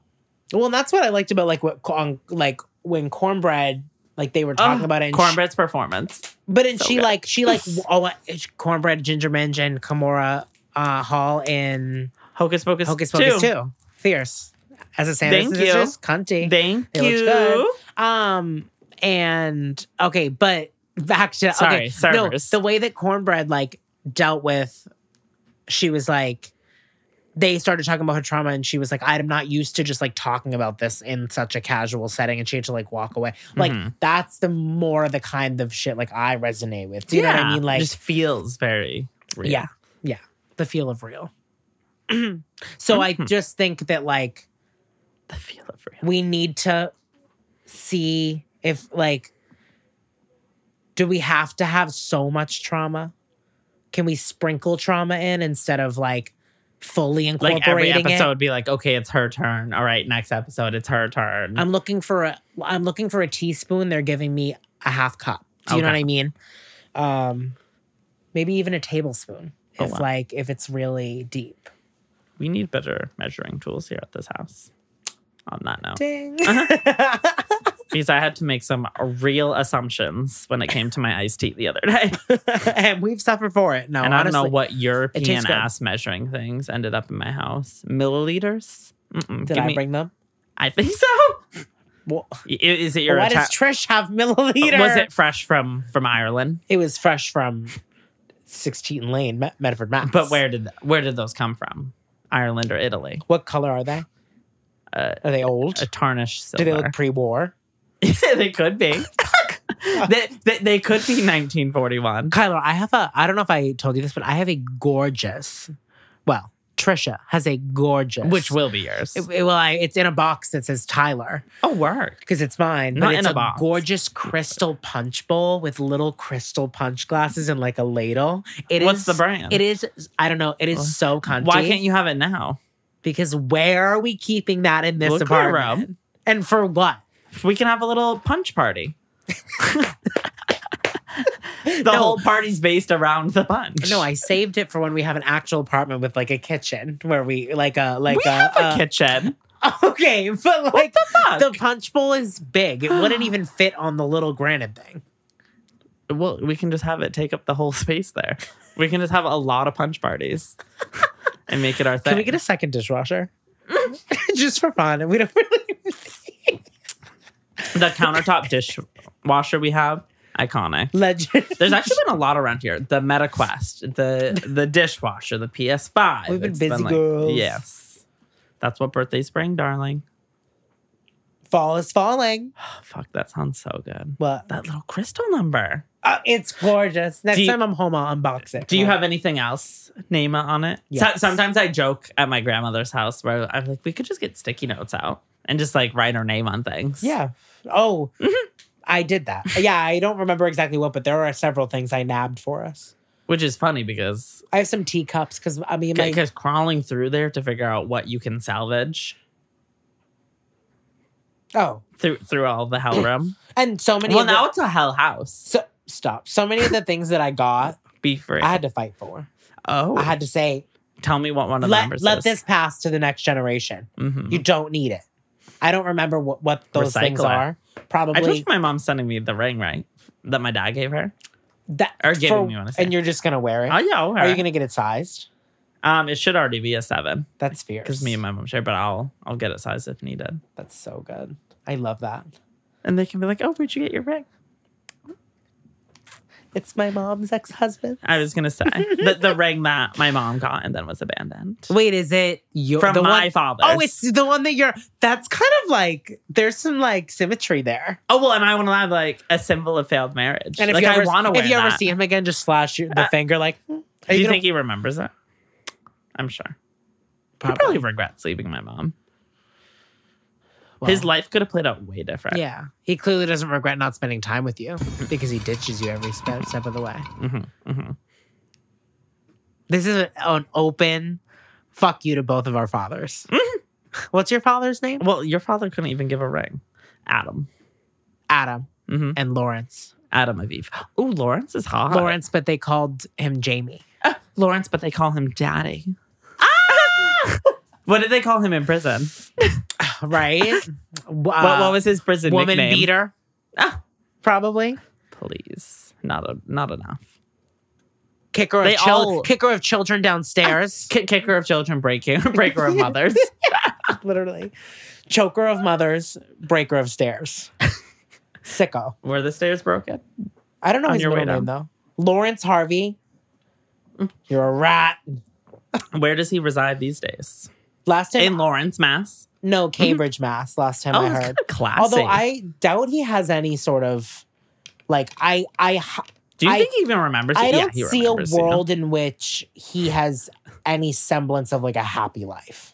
S2: Well, and that's what I liked about like what on like when cornbread like they were talking
S1: Ugh,
S2: about it. And she-
S1: Cornbread's performance.
S2: But and
S1: So
S2: she
S1: good.
S2: like she like w- oh uh, it's cornbread ginger minge and Kimura uh, Hall in
S1: Hocus Pocus.
S2: Hocus Pocus
S1: 2.
S2: too. Fierce as a Sanders
S1: Thank you.
S2: sisters, cunty.
S1: Thank
S2: They looked
S1: you.
S2: good. um and okay, but back to
S1: Sorry,
S2: okay,
S1: servers.
S2: No, the way that cornbread like dealt with, she was like. They started talking about her trauma, and she was like, "I'm not used to just like talking about this in such a casual setting," and she had to like walk away. Like
S1: Mhm.
S2: that's the more the kind of shit like I resonate with. Do you know what I
S1: Yeah,
S2: mean? Like
S1: just feels very. Real.
S2: yeah. Yeah. The feel of real. so I
S1: Mhm.
S2: just think that like
S1: the feel of real.
S2: we need to see if like do we have to have so much trauma? Can we sprinkle trauma in instead of like fully
S1: Like every
S2: incorporating
S1: episode,
S2: it?
S1: would be like, okay, it's her turn. All right, next episode, it's her turn.
S2: I'm looking for a I'm looking for a teaspoon. They're giving me a half cup. Do you know
S1: Okay.
S2: what I mean? Um maybe even a tablespoon
S1: Oh,
S2: if
S1: wow.
S2: like if it's really deep.
S1: we need better measuring tools here at this house. On that note.
S2: Ding.
S1: because I had to make some real assumptions when it came to my iced tea the other day.
S2: and we've suffered for it. No,
S1: and I
S2: honestly,
S1: don't know what European
S2: tastes good.
S1: ass measuring things ended up in my house. Milliliters? Mm-mm.
S2: did
S1: Give
S2: I
S1: me-
S2: bring them?
S1: I think so.
S2: Well,
S1: I- Is it your
S2: why does
S1: Ita-
S2: Trish have milliliter?
S1: Was it fresh from from Ireland?
S2: It was fresh from 16 Lane, Me- Medford, Mass.
S1: But where did th- where did those come from? Ireland or Italy?
S2: What color are they?
S1: Uh,
S2: Are they old?
S1: A tarnished silver.
S2: Do they look pre-war?
S1: they could be. they, they, they could be 1941.
S2: Kyler, I have a. I don't know if I told you this, but I have a gorgeous. Well, Trisha has a gorgeous,
S1: Which will be yours.
S2: It- it- well, I, it's in a box that says Tyler.
S1: oh, work.
S2: because it's mine.
S1: Not
S2: but it's
S1: in a
S2: a,
S1: box.
S2: gorgeous crystal punch bowl with little crystal punch glasses and like a ladle. It is.
S1: What's the brand?
S2: It is. I don't know. It is so cunty.
S1: Why can't you have it now?
S2: Because where are we keeping that in this
S1: Look
S2: apartment?
S1: around.
S2: And for what?
S1: we can have a little punch party. the
S2: No.
S1: whole party's based around the punch.
S2: No, I saved it for when we have an actual apartment with like a kitchen where we like a like
S1: we
S2: a,
S1: have a
S2: a-
S1: kitchen.
S2: okay, but like
S1: the fuck?
S2: the punch bowl is big. It wouldn't even fit on the little granite thing.
S1: well, we can just have it take up the whole space there. We can just have a lot of punch parties and make it our thing.
S2: Can we get a second dishwasher? Just for fun, and we don't really
S1: the countertop dishwasher we have? Iconic.
S2: legend.
S1: There's actually been a lot around here. The MetaQuest, the the dishwasher, the PS5.
S2: We've been busy girls.
S1: Yes. That's what birthdays bring, darling. Oh,
S2: Fall is falling.
S1: fuck, that sounds so good.
S2: What?
S1: That little crystal number.
S2: Uh, it's gorgeous. Next
S1: Do you-
S2: time I'm home, I'll unbox it.
S1: Do you have anything else, Nema, on it? So-
S2: Yes.
S1: sometimes I joke at my grandmother's house where I'm like, we could just get sticky notes out and just like write our name on things.
S2: Yeah. Oh,
S1: Mm-hmm.
S2: I did that. Yeah, I don't remember exactly what, but there are several things I nabbed for us.
S1: Which is funny because
S2: I have some teacups because I mean, like,
S1: because crawling through there to figure out what you can salvage
S2: oh,
S1: through through all the hell room.
S2: and so many.
S1: well,
S2: of the-
S1: now it's a hell house.
S2: so, stop. So many of the things that I got,
S1: Be free.
S2: I had to fight for.
S1: oh,
S2: I had to say,
S1: tell me what one of the
S2: let
S1: numbers
S2: let
S1: is.
S2: this pass to the next generation.
S1: Mhm.
S2: You don't need it. I don't remember what what those things
S1: Recycle it.
S2: are. Probably
S1: I told you my mom's sending me the ring, right? That my dad gave her.
S2: that
S1: Or giving
S2: for-
S1: me, honestly.
S2: and you're just gonna wear it.
S1: Oh yeah, I'll wear
S2: Are you
S1: it.
S2: gonna get it sized?
S1: Um, it should already be a seven
S2: That's fierce.
S1: because me and my mom share, but I'll I'll get it size if needed.
S2: That's so good. I I love that.
S1: And they can be like, oh, where'd you get your ring?
S2: It's my mom's ex husband.
S1: I was going to say the, the ring that my mom got and then was abandoned.
S2: Wait, is it your
S1: From
S2: the
S1: my
S2: one-
S1: father.
S2: Oh, it's the one that you're. That's kind of like there's some like symmetry there.
S1: Oh well, and I want to have like a symbol of failed marriage.
S2: And if
S1: like
S2: you
S1: I
S2: ever,
S1: want to wear
S2: if you
S1: that.
S2: ever see him again, just slash your, the
S1: Uh,
S2: finger like. hmm. Are
S1: Do you
S2: gonna-
S1: think he remembers it? I'm sure. He probably
S2: Probably.
S1: regrets leaving my mom.
S2: Well,
S1: His life could have played out way different.
S2: Yeah, he clearly doesn't regret not spending time with you because he ditches you every step, step of the way.
S1: Mm-hmm, hmm
S2: This is a- an open fuck you to both of our fathers.
S1: Mm-hmm.
S2: What's your father's name?
S1: Well, your father couldn't even give a ring. Adam.
S2: Adam
S1: hmm
S2: and Lawrence.
S1: Adam of Eve. Oh, Lawrence is hot.
S2: Lawrence, but they called him Jamie.
S1: Lawrence, but they call him Daddy. Ah! what did they call him in prison? Uh,
S2: Right? uh,
S1: what, what was his prison
S2: woman
S1: nickname?
S2: beater?
S1: Ah.
S2: Probably.
S1: Please, not a, not enough.
S2: Kicker of
S1: They
S2: chil-
S1: all-
S2: kicker of children downstairs.
S1: Kick- kicker of children, breaker, breaker of mothers.
S2: Literally. Choker of mothers, breaker of stairs. Sicko.
S1: Were the stairs broken?
S2: I don't know
S1: On
S2: his
S1: your way
S2: middle name though. Lawrence Harvey. You're a rat.
S1: Where does he reside these days?
S2: Last time
S1: In Lawrence, Mass.
S2: no Cambridge Mass last time I
S1: it's Mhm.
S2: heard.
S1: Oh, kinda classy.
S2: Although I doubt he has any sort of like I I h-
S1: do you
S2: I-
S1: think he even remembers?
S2: I
S1: it? Yeah,
S2: don't
S1: he
S2: see a
S1: remembers, you know?
S2: world in which he has any semblance of like a happy life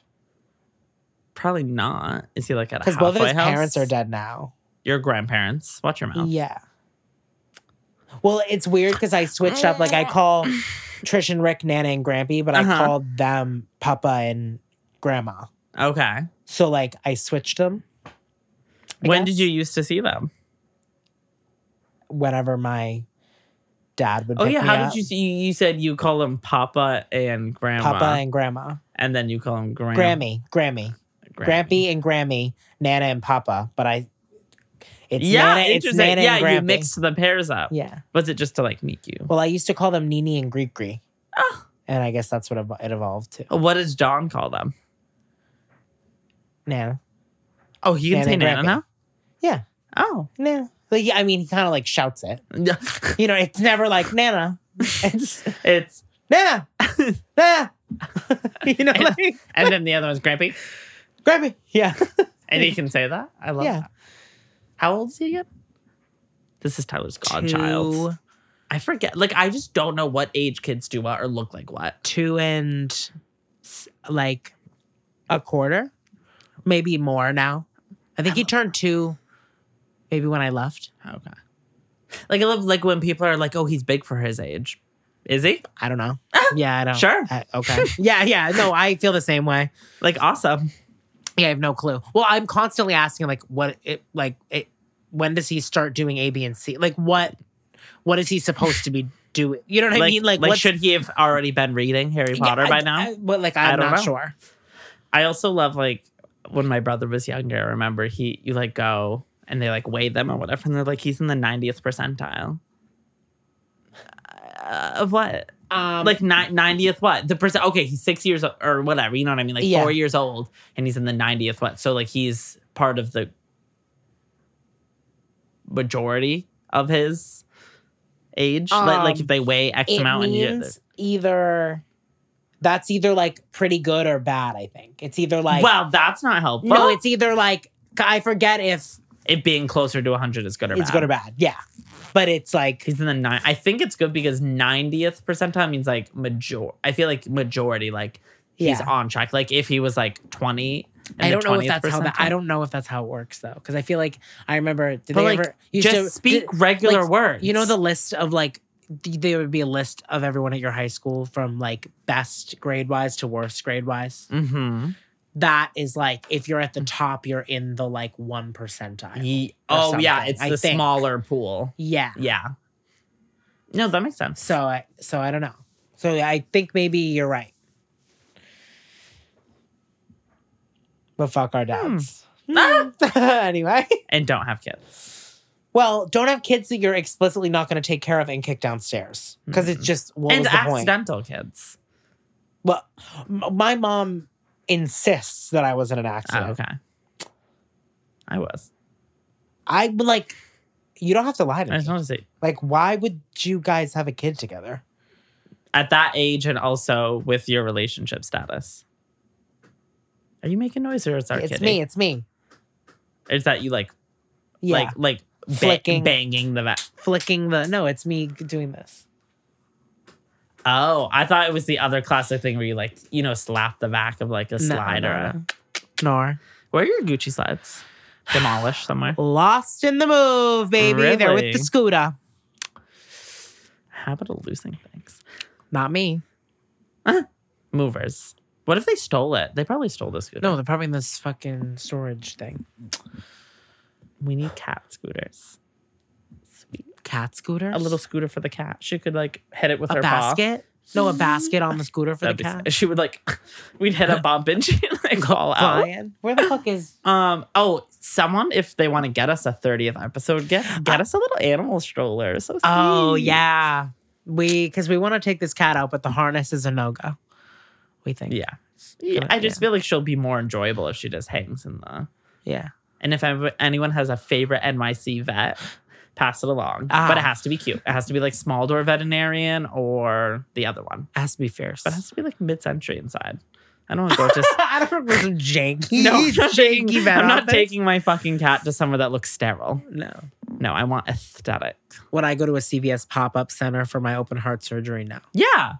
S1: Probably not. Is he like at a
S2: because
S1: halfway
S2: both of his
S1: house?
S2: parents are dead now.
S1: Your grandparents. Watch your mouth.
S2: Yeah. Well, it's weird because I switched up. Like I call Trish and Rick Nana and Grampy, but I
S1: Uh-huh.
S2: called them Papa and Grandma.
S1: Okay.
S2: So like I switched them. I
S1: when did
S2: guess,
S1: you used to see them?
S2: Whenever my dad would.
S1: Oh
S2: pick
S1: yeah.
S2: me
S1: How
S2: up.
S1: did you see? You you said you call him Papa and Grandma,
S2: Papa and Grandma.
S1: and then you call him Gram-
S2: Grammy, Grammy, Grampy and Grammy, Nana and Papa. But I, it's
S1: yeah,
S2: Nana, it's
S1: interesting.
S2: Nana
S1: yeah,
S2: and Grampy.
S1: you mixed the pairs up.
S2: Yeah.
S1: Was it just to like meet you?
S2: Well, I used to call them Nini and Greek Gree,
S1: Ah.
S2: and I guess that's what ev- it evolved to.
S1: What does John call them?
S2: Nana,
S1: Oh, he can
S2: Nana
S1: say
S2: and
S1: Nana
S2: Grampy.
S1: now.
S2: Yeah.
S1: Oh.
S2: Nana. Like, yeah, I mean, he kind of like shouts it. You know, it's never like Nana. It's
S1: it's
S2: Nana, Nana. you know, like
S1: and then the other one's Grampy.
S2: Grammy. Yeah.
S1: And he can say that. I love
S2: Yeah.
S1: that. How old is he again? This is Tyler's godchild.
S2: Two,
S1: I forget. Like I just don't know what age kids do what or look like what.
S2: two and s- like a quarter, maybe more now. I
S1: Oh.
S2: think he turned two, maybe when I left.
S1: Okay. Like I love like when people are like, "Oh, he's big for his age." Is he?
S2: I don't know. Yeah, I don't.
S1: Ah. Sure.
S2: I- okay. yeah, yeah. No, I feel the same way.
S1: Like awesome.
S2: Yeah, I have no clue. Well, I'm constantly asking like what it like it when does he start doing A, B, and C? Like what what is he supposed to be doing? You know what I mean? Like,
S1: like
S2: what's-
S1: should he have already been reading Harry
S2: Yeah,
S1: Potter by
S2: I-
S1: now?
S2: I, well, like
S1: I
S2: I'm
S1: don't
S2: not
S1: know.
S2: sure.
S1: I also love like when my brother was younger, I remember he you like go and they like weigh them or whatever, and they're like, he's in the 90th percentile. Uh, of what?
S2: Um,
S1: Like ni- 90th what? The percent okay, he's six years o- or whatever, you know what I mean? Like
S2: Yeah.
S1: four years old and he's in the 90th what? So like he's part of the majority of his age. like, like
S2: Um,
S1: if they weigh X
S2: it
S1: amount and you
S2: means either that's either like pretty good or bad. I think it's either like
S1: Well, that's not helpful.
S2: no, it's either like I forget if
S1: it being closer to 100 is good or
S2: it's
S1: bad.
S2: good or bad. Yeah, but it's like
S1: He's in the nine. I think it's good because ninetieth percentile means like major. I feel like majority, like he's
S2: Yeah.
S1: on track. Like if he was like twenty, and
S2: I
S1: the
S2: don't know if
S1: 20th
S2: that's how that. I
S1: percentile-
S2: don't know if that's how it works though, because I feel like I remember. Did
S1: But,
S2: they
S1: like,
S2: ever used
S1: Just
S2: to-
S1: speak
S2: did-
S1: regular
S2: like,
S1: words.
S2: you know the list of like th- there would be a list of everyone at your high school from like best grade wise to worst grade wise.
S1: Mm-hmm.
S2: That is like if you're at the top, you're in the like one percentile.
S1: oh yeah,
S2: something,
S1: it's
S2: I
S1: the
S2: think.
S1: smaller pool.
S2: Yeah.
S1: Yeah. No, that makes sense.
S2: So I so I don't know. So I think maybe you're right. But fuck our dads. Hmm. anyway.
S1: And don't have kids.
S2: Well, don't have kids that you're explicitly not going to take care of and kick downstairs because it's just what
S1: and
S2: was the point?
S1: accidental kids.
S2: Well, m- my mom insists that I was in an
S1: Oh,
S2: accident.
S1: okay. I was.
S2: I would like. You don't have to lie to
S1: I
S2: me.
S1: just want to say
S2: Like, why would you guys have a kid together?
S1: at that age and also with your relationship status. Are you making noise or it's our
S2: it's
S1: kitty?
S2: me. It's me.
S1: Is that you like
S2: Yeah.
S1: like like ba-
S2: Flicking.
S1: banging the vet?
S2: flicking the. No, it's me doing this.
S1: Oh, I thought it was the other classic thing where you like you know slap the back of like a
S2: No,
S1: slide or a,
S2: no, no. Nor.
S1: where are your Gucci slides? Demolished somewhere.
S2: Lost in the move, baby. They're with the
S1: Really?
S2: scooter.
S1: Habit of losing things.
S2: Not me.
S1: Movers. What if they stole it? They probably stole the scooter.
S2: No, they're probably in this fucking storage thing.
S1: we need cat scooters.
S2: Cat scooters?
S1: A little scooter for the cat. She could like hit it with
S2: a
S1: her paw.
S2: basket? No, a basket on the scooter for
S1: That'd be
S2: the cat.
S1: sick. She would like, we'd hit a bump and she'd like fall out.
S2: Flying. Where the fuck is
S1: Um. Oh, someone if they want to get us a thirtieth episode, get get us a little animal stroller. So
S2: Oh
S1: sweet.
S2: yeah, we because we want to take this cat out, but the harness is a no go. We think.
S1: yeah. Yeah,
S2: Good
S1: I just
S2: idea.
S1: feel like she'll be more enjoyable if she just hangs in the.
S2: Yeah.
S1: And if ever- anyone has a favorite NYC vet, pass it along.
S2: Ah.
S1: But it has to be cute. It has to be like small door veterinarian or the other one.
S2: It has to be fierce.
S1: But it has to be like mid century inside. I don't want to go to. s-
S2: I don't know. Some janky.
S1: No, I'm not, taking,
S2: janky vet
S1: I'm not
S2: office.
S1: taking my fucking cat to somewhere that looks sterile.
S2: No.
S1: No, I want aesthetic.
S2: When I go to a CVS pop up center for my open heart surgery, no.
S1: Yeah.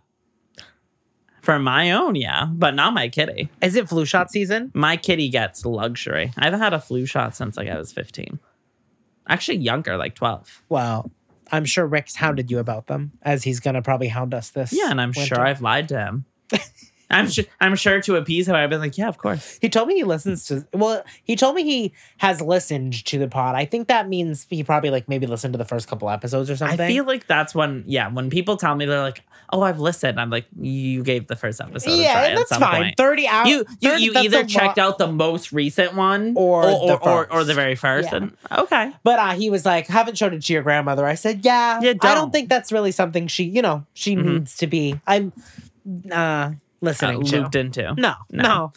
S1: For my own, yeah, but not my kitty.
S2: Is it flu shot season?
S1: My kitty gets luxury. I haven't had a flu shot since like I was 15. Actually, younger, like 12.
S2: Well, I'm sure Rick's hounded you about them, as he's gonna probably hound us this.
S1: Yeah, and I'm
S2: winter.
S1: sure I've lied to him. I'm sure. I'm sure to appease him, I've been like, yeah, of course.
S2: He told me he listens to. Well, he told me he has listened to the pod. I think that means he probably like maybe listened to the first couple episodes or something.
S1: I feel like that's when, yeah, when people tell me they're like, oh, I've listened. I'm like, you gave the first episode. a try
S2: yeah,
S1: at
S2: that's
S1: some
S2: fine.
S1: point."
S2: Thirty hours.
S1: you you,
S2: 30
S1: you
S2: that's a
S1: either
S2: lot.
S1: checked out the most recent one
S2: Or
S1: or
S2: the
S1: or, or, or
S2: first.
S1: the very first.
S2: Yeah.
S1: And okay,
S2: But uh, he was like, haven't showed it to your grandmother. I said, yeah,
S1: Yeah,
S2: I don't Mm-hmm.
S1: don't.
S2: think that's really something she, you know, she
S1: Mhm.
S2: needs to be. I'm uh,
S1: uh,
S2: listening to.
S1: looped into.
S2: No, no,
S1: No.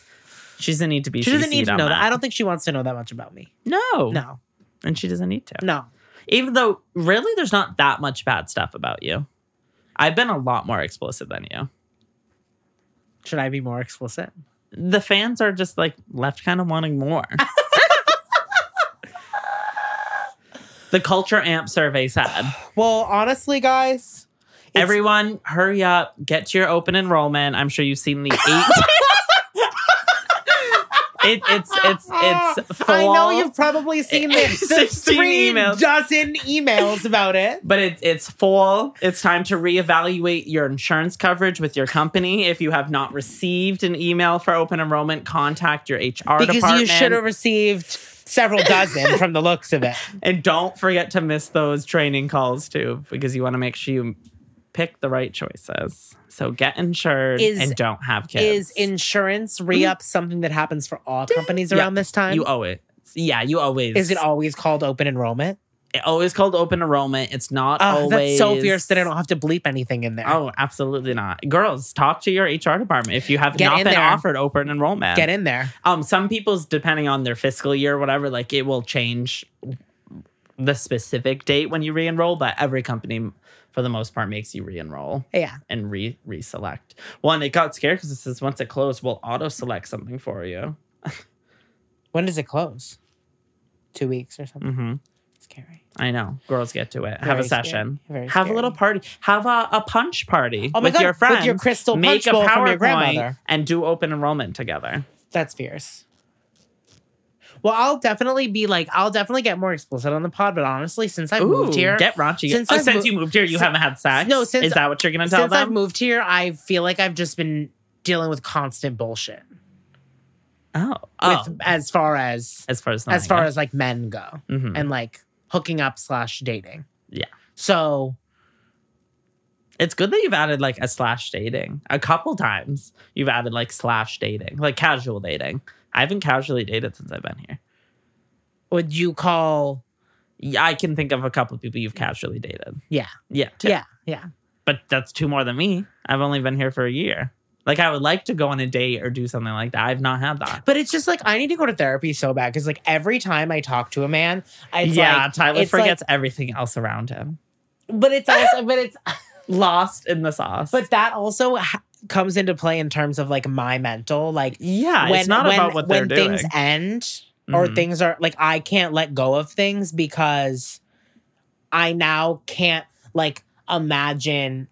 S1: She doesn't need to be.
S2: she doesn't need
S1: CC'd
S2: to
S1: on
S2: know that. I don't think she wants to know that much about me.
S1: No,
S2: No,
S1: and she doesn't need to.
S2: no.
S1: Even though, really, there's not that much bad stuff about you. I've been a lot more explicit than you.
S2: Should I be more explicit?
S1: the fans are just like left kind of wanting more. the culture amp survey said,
S2: Well, honestly, guys, it's-
S1: everyone hurry up, get to your open enrollment. I'm sure you've seen the eight. it, it's it's it's full,
S2: Ah, I know you've probably seen this. There's
S1: 16
S2: three
S1: emails.
S2: dozen emails about it.
S1: but it's it's full. It's time to reevaluate your insurance coverage with your company. If you have not received an email for open enrollment, contact your HR
S2: Because
S1: department.
S2: you should have received several dozen from the looks of it.
S1: And don't forget to miss those training calls too, because you want to make sure you pick the right choices. So get insured
S2: Is-
S1: and don't have
S2: Is
S1: kids.
S2: insurance re up something that happens for all companies
S1: Yeah.
S2: around this time?
S1: you owe it. Yeah, you always.
S2: Is it always called open enrollment?
S1: it always called open enrollment? It's not
S2: Oh,
S1: always.
S2: that's so fierce that I don't have to bleep anything in there.
S1: Oh, absolutely not. Girls, talk to your HR department if you have
S2: Get
S1: not
S2: in
S1: been
S2: there.
S1: offered open enrollment.
S2: Get in there.
S1: Um, some people's depending on their fiscal year, or whatever, like it will change the specific date when you re-enroll, but every company, for the most part, makes you re-enroll.
S2: Yeah.
S1: and re reselect. One, it got scared because it says once it closed, we'll auto select something for you.
S2: When does it close? Two weeks or something.
S1: hmm
S2: Scary.
S1: I know. Girls get to it. Have
S2: Mm-hmm. Very
S1: a
S2: scary.
S1: session.
S2: Very
S1: Have a little
S2: scary.
S1: party. Have a, a punch party
S2: Oh my
S1: with
S2: god!
S1: your friends.
S2: With your crystal
S1: Make
S2: punch
S1: a
S2: bowl from your
S1: PowerPoint
S2: grandmother.
S1: and do open enrollment together.
S2: That's fierce. Well, I'll definitely be like, I'll definitely get more explicit on the pod. But honestly, since I've moved here,
S1: get raunchy.
S2: Since
S1: Since, oh,
S2: I've
S1: since
S2: mo-
S1: you moved here, you
S2: si-
S1: haven't had sex.
S2: No, since-
S1: is that what you're gonna tell
S2: since I've
S1: them?
S2: moved here, I feel like I've just been dealing with constant bullshit.
S1: oh, oh.
S2: With as far as
S1: as far as
S2: as far as like men go,
S1: hmm
S2: and like hooking up slash dating.
S1: Yeah.
S2: So
S1: It's good that you've added like a slash dating a couple times. You've added like slash dating, like casual dating. I haven't casually dated since I've been here.
S2: would you call?
S1: Yeah, I can think of a couple of people you've casually dated.
S2: Yeah.
S1: Yeah. two.
S2: Yeah. Yeah.
S1: But that's two more than me. I've only been here for a year. Like I would like to go on a date or do something like that. I've not had that.
S2: But it's just like I need to go to therapy so bad because like every time I talk to a man, it's
S1: yeah,
S2: like,
S1: Tyler
S2: it's like-
S1: forgets everything else around him.
S2: but it's also but it's
S1: Lost in the sauce.
S2: but that also ha- comes into play in terms of like my mental like
S1: yeah,
S2: when
S1: it's not
S2: when,
S1: about what they're
S2: when
S1: doing.
S2: things end or
S1: Mhm.
S2: things are like I can't let go of things because I now can't like imagine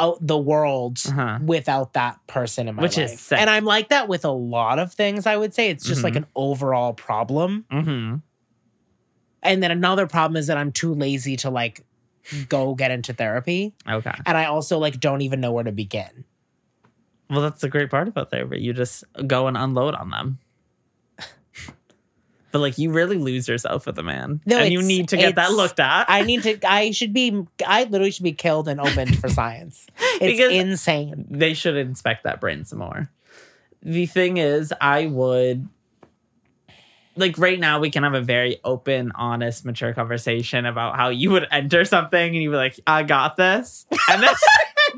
S2: out the world
S1: Uh-huh.
S2: without that person in my
S1: Which
S2: life.
S1: is sick.
S2: And I'm like that with a lot of things, I would say. It's just like
S1: Mhm.
S2: an overall problem.
S1: Mhm.
S2: And then another problem is that I'm too lazy to like go get into therapy.
S1: Okay.
S2: And I also like don't even know where to begin.
S1: Well, that's the great part about therapy. You just go and unload on them. but like you really lose yourself with a man.
S2: No,
S1: and you
S2: it's-
S1: need to get that
S2: it's-
S1: looked at.
S2: I need to I should be I literally should be killed and opened for science. It's
S1: Because-
S2: insane.
S1: they should inspect that brain some more. The thing is, I would like right now we can have a very open, honest, mature conversation about how you would enter something and you'd be like, I got this. And then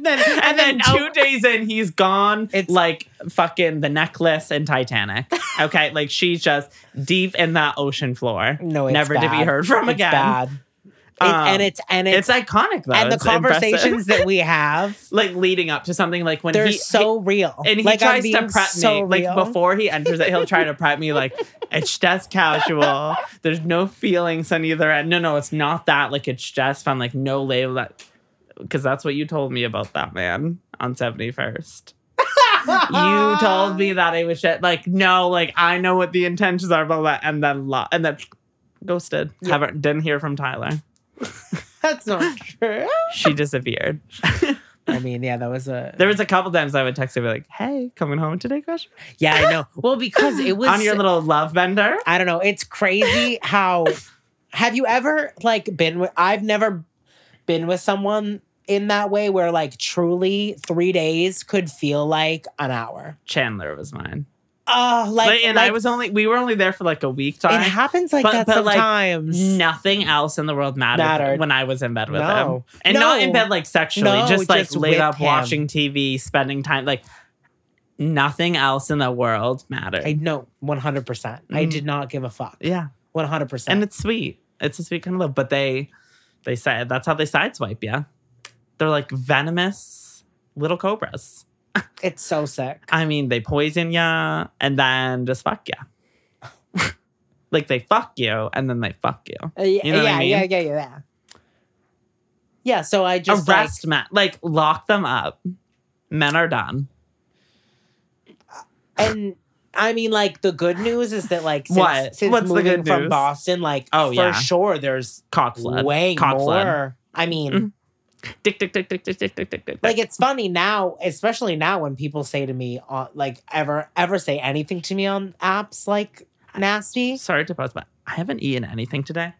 S2: And then,
S1: and, then,
S2: oh,
S1: two days in, he's gone.
S2: It's-
S1: It's like fucking the necklace and Titanic. Okay. like she's just deep in that ocean floor.
S2: no, it's
S1: never to be
S2: bad.
S1: heard from
S2: It's
S1: again.
S2: bad. It's-
S1: Um,
S2: and it's and it's,
S1: It's iconic though.
S2: and the
S1: It's impressive.
S2: conversations that we have,
S1: like leading up to something like when
S2: they're
S1: he
S2: so real.
S1: and he
S2: like, I'm
S1: tries to
S2: being
S1: prep
S2: so
S1: me like
S2: real.
S1: before he enters it he'll try to prep me like it's just casual there's no feelings on either end no no it's not that like it's just fun like no label that because that's what you told me about that man on 71st you
S2: Ah.
S1: told me that it was shit like no like i know what the intentions are blah blah, blah and then lo- and then ghosted
S2: Yeah.
S1: haven't didn't hear from tyler
S2: That's not true.
S1: she disappeared
S2: I mean, yeah, that was a.
S1: there was a couple times i would text her be like hey coming home today question
S2: yeah, I know. Well, because it was.
S1: on your little love bender
S2: I don't know. It's crazy how. have you ever like been with? I've never been with someone in that way where like truly three days could feel like an hour.
S1: Chandler was mine.
S2: Oh, like,
S1: Like, and
S2: like,
S1: I was only we were only there for like a week
S2: It
S1: time.
S2: happens like
S1: But-
S2: that
S1: but, like,
S2: sometimes.
S1: Nothing else in the world mattered,
S2: Mattered.
S1: when I was in bed with
S2: No.
S1: him. And not in
S2: No.
S1: bed like sexually,
S2: No,
S1: just like
S2: just
S1: laid
S2: with
S1: up
S2: him.
S1: watching TV, spending time like nothing else in the world mattered.
S2: I know, one hundred percent. I
S1: Mhm.
S2: did not give a fuck.
S1: yeah.
S2: One hundred
S1: And
S2: percent.
S1: it's sweet. It's a sweet kind of love. But they they said that's how they sideswipe, yeah. They're like venomous little cobras.
S2: It's so sick.
S1: I mean, they poison ya and then just fuck ya. like they fuck you and then they fuck you.
S2: Uh, yeah,
S1: You know what
S2: yeah,
S1: I mean?
S2: yeah, yeah, yeah, yeah. Yeah, so I just like,
S1: arrest men. Like lock them up. Men are done.
S2: and I mean, like the good news is that like since,
S1: What?
S2: since
S1: What's the
S2: moving
S1: good
S2: from
S1: news?
S2: Boston, like
S1: Oh,
S2: for
S1: yeah.
S2: sure, there's
S1: Cock flood.
S2: way
S1: Cock
S2: more.
S1: flood.
S2: I mean,
S1: Mhm. Dick, dick, dick, dick, dick, dick, dick, dick, dick.
S2: like it's funny now, especially now when people say to me, on like ever ever say anything to me on apps like nasty,
S1: sorry to pause, but I haven't eaten anything today.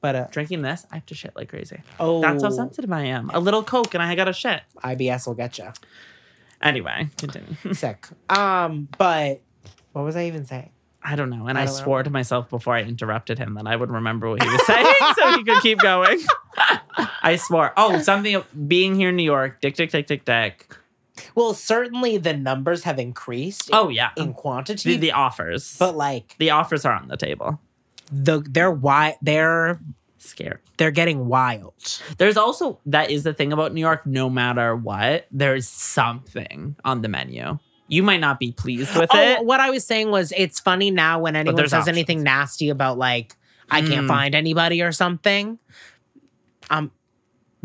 S2: but uh,
S1: Drinking this, I have to shit like crazy.
S2: oh,
S1: That's how sensitive I am. A little coke and I got to shit.
S2: IBS will get you.
S1: Anyway, continue.
S2: sick. Um, but what was I even saying?
S1: I don't know. And
S2: I
S1: I,
S2: don't know.
S1: swore to myself before I interrupted him that I would remember what he was saying so he could keep going. I swore. Oh, something of being here in New York, dick, dick, dick, dick, dick.
S2: Well, certainly the numbers have increased.
S1: Oh, yeah.
S2: in quantity,
S1: The, the offers.
S2: but like
S1: the offers are on the table.
S2: the they're wild. They're
S1: Scared.
S2: they're getting wild.
S1: There's also that is the thing about New York. No matter what, there's something on the menu. You might not be pleased with
S2: Oh,
S1: it.
S2: what I was saying was it's funny now when anyone
S1: there's
S2: says anything nasty about like I can't
S1: Mm.
S2: find anybody or something. Um,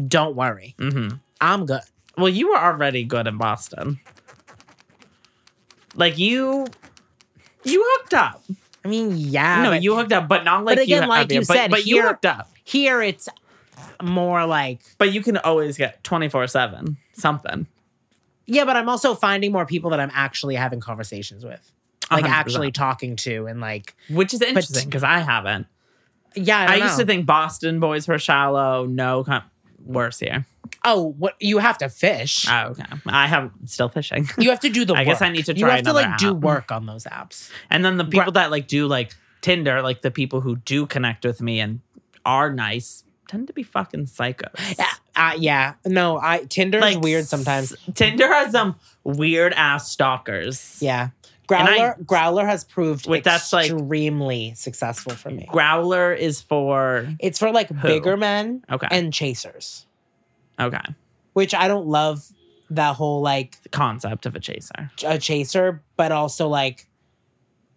S2: don't worry,
S1: Mhm.
S2: I'm good.
S1: Well, you were already good in Boston. Like you, you hooked up.
S2: I mean, yeah.
S1: No,
S2: but
S1: you hooked up, but not like
S2: again,
S1: you
S2: like
S1: have been,
S2: you
S1: but,
S2: said,
S1: but you
S2: here-
S1: hooked up.
S2: here it's more like
S1: But you can always get twenty four seven something.
S2: yeah, but I'm also finding more people that I'm actually having conversations with, like
S1: 100%.
S2: actually talking to, and like
S1: which is interesting because I haven't.
S2: yeah. I,
S1: I,
S2: don't
S1: used
S2: know.
S1: to think Boston boys were shallow. No, com- worse here.
S2: oh, what you have to fish.
S1: Oh, okay, I have still fishing.
S2: You have to do the.
S1: I
S2: work.
S1: guess I need to
S2: You
S1: try
S2: have to like
S1: another
S2: do
S1: app.
S2: work on those apps.
S1: And then the people that like do like Tinder, like the people who do connect with me and are nice tend to be fucking psychos.
S2: Yeah, uh, yeah. No, I Tinder is weird sometimes.
S1: s- Tinder has some weird ass stalkers.
S2: Yeah,
S1: And I-
S2: Growler Growler has proved
S1: Wait, that's, like-
S2: extremely successful for me.
S1: Growler is for
S2: It's for like
S1: Who?
S2: bigger men
S1: okay,
S2: and chasers,
S1: okay.
S2: which I don't love that whole like
S1: The concept of a chaser.
S2: ch- a chaser, but also like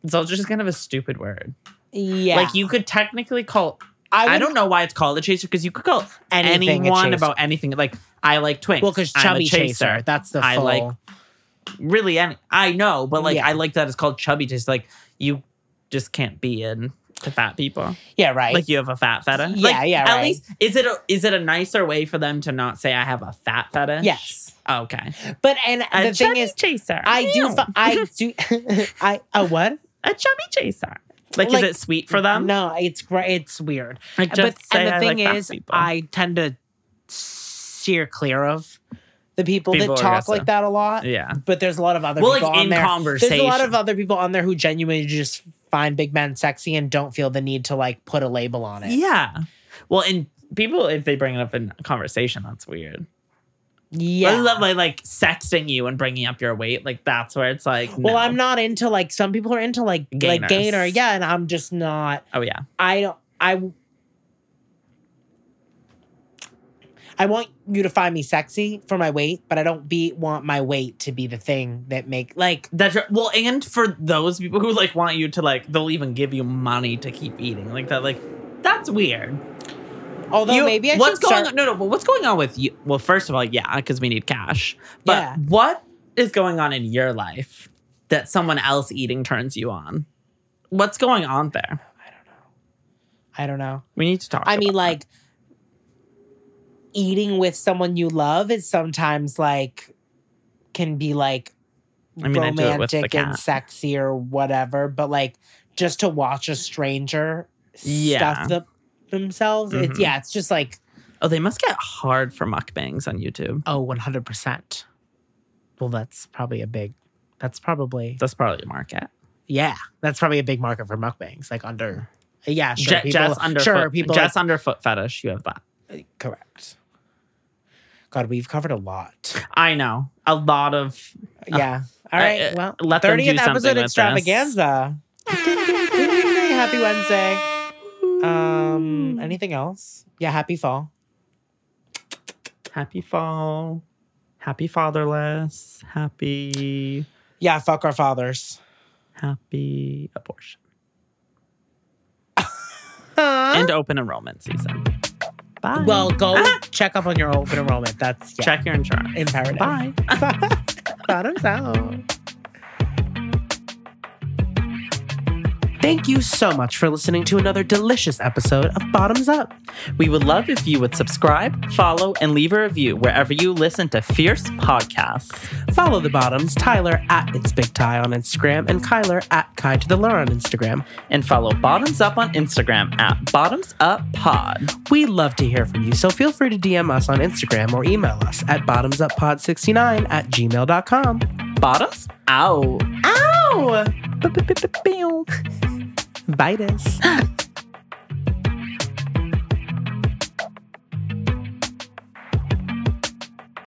S1: It's all just kind of a stupid word.
S2: yeah,
S1: Like you could technically call.
S2: would-
S1: I, don't know why it's called a chaser because you could call
S2: Anything a
S1: anyone
S2: chaser.
S1: about anything. Like I like twinks.
S2: well because
S1: I'm a
S2: chubby chaser. That's the full,
S1: I like- Really, any. I know, but like
S2: Yeah.
S1: I like that it's called chubby chaser. Like you just can't be in to fat people.
S2: yeah right
S1: Like you have a fat fetish.
S2: Yeah,
S1: Like,
S2: yeah,
S1: At
S2: right.
S1: least is it a, is it a nicer way for them to not say I have a fat fetish?
S2: yes,
S1: Okay.
S2: but and
S1: A
S2: the thing
S1: chubby
S2: is.
S1: chaser.
S2: I do.
S1: Ew.
S2: fi- I do. I a what?
S1: a chubby chaser. Like,
S2: Like-
S1: is it sweet for them?
S2: No, it's gr- it's weird.
S1: Like,
S2: but
S1: just say
S2: and the
S1: I
S2: thing
S1: like fat
S2: is,
S1: people.
S2: I tend to steer clear of the people,
S1: People
S2: that
S1: are
S2: talk like
S1: aggressive.
S2: that a lot.
S1: yeah.
S2: But there's a lot of other
S1: Well,
S2: people
S1: like
S2: on
S1: in
S2: there.
S1: conversation,
S2: There's a lot of other people on there who genuinely just find big men sexy and don't feel the need to like put a label on it.
S1: yeah. Well, and people if they bring it up in conversation, that's weird.
S2: Yeah.
S1: I love like, like sexting you and bringing up your weight. Like that's where it's like.
S2: well,
S1: no.
S2: I'm not into like some people are into like like
S1: Gainers.
S2: gainer, yeah, and I'm just not.
S1: Oh yeah.
S2: I don't. I. I want you to find me sexy for my weight, but I don't be want my weight to be the thing that make like
S1: That's right. well, and for those people who like want you to like, they'll even give you money to keep eating like that. Like, that's weird.
S2: Although
S1: You-
S2: maybe I
S1: what's
S2: should
S1: going
S2: start.
S1: on? No, no. But what's going on with you? Well, first of all, yeah, because we need cash. But
S2: Yeah.
S1: what is going on in your life that someone else eating turns you on? What's going on there?
S2: I don't know.
S1: We need to talk.
S2: I mean,
S1: about
S2: like eating with someone you love is sometimes like can be like
S1: that. I mean, I do it with the
S2: romantic and
S1: cat.
S2: sexy or whatever, but like just to watch a stranger
S1: Yeah.
S2: stuff them themselves, it's
S1: Mhm.
S2: yeah, it's just like
S1: Oh, they must get hard for mukbangs on YouTube.
S2: oh, one hundred percent. Well, that's probably a big. That's probably
S1: That's probably your market.
S2: yeah. That's probably a big market for mukbangs, like under. Yeah, sure.
S1: Je- Jess underfoot.
S2: sure, people like-
S1: Jess underfoot fetish. You have that.
S2: Correct. God, we've covered a lot.
S1: I know a lot of
S2: yeah. All
S1: I-
S2: right.
S1: uh,
S2: Well,
S1: let them do
S2: thirtieth
S1: something with
S2: episode
S1: this.
S2: extravaganza. happy Wednesday. Um. Anything else? Yeah. Happy fall.
S1: happy fall, happy fatherless, happy
S2: Yeah. Fuck our fathers.
S1: happy abortion
S2: Huh?
S1: and open enrollment season. Bye.
S2: well, go check up on your open enrollment. That's yeah,
S1: check your insurance.
S2: imperative.
S1: Bye.
S2: Bottoms out. Oh. Thank you so much for listening to another delicious episode of Bottoms Up.
S1: We would love if you would subscribe, follow, and leave a review wherever you listen to Fierce Podcasts.
S2: Follow the Bottoms, Tyler at It's Big Ty on Instagram, and Kyler at Kai to the Lure on Instagram.
S1: And follow Bottoms Up on Instagram at Bottoms Up Pod.
S2: We love to hear from you, so feel free to DM us on Instagram or email us at bottomsuppod69 at gmail.com.
S1: Bottoms out.
S2: Ow! Bye, this.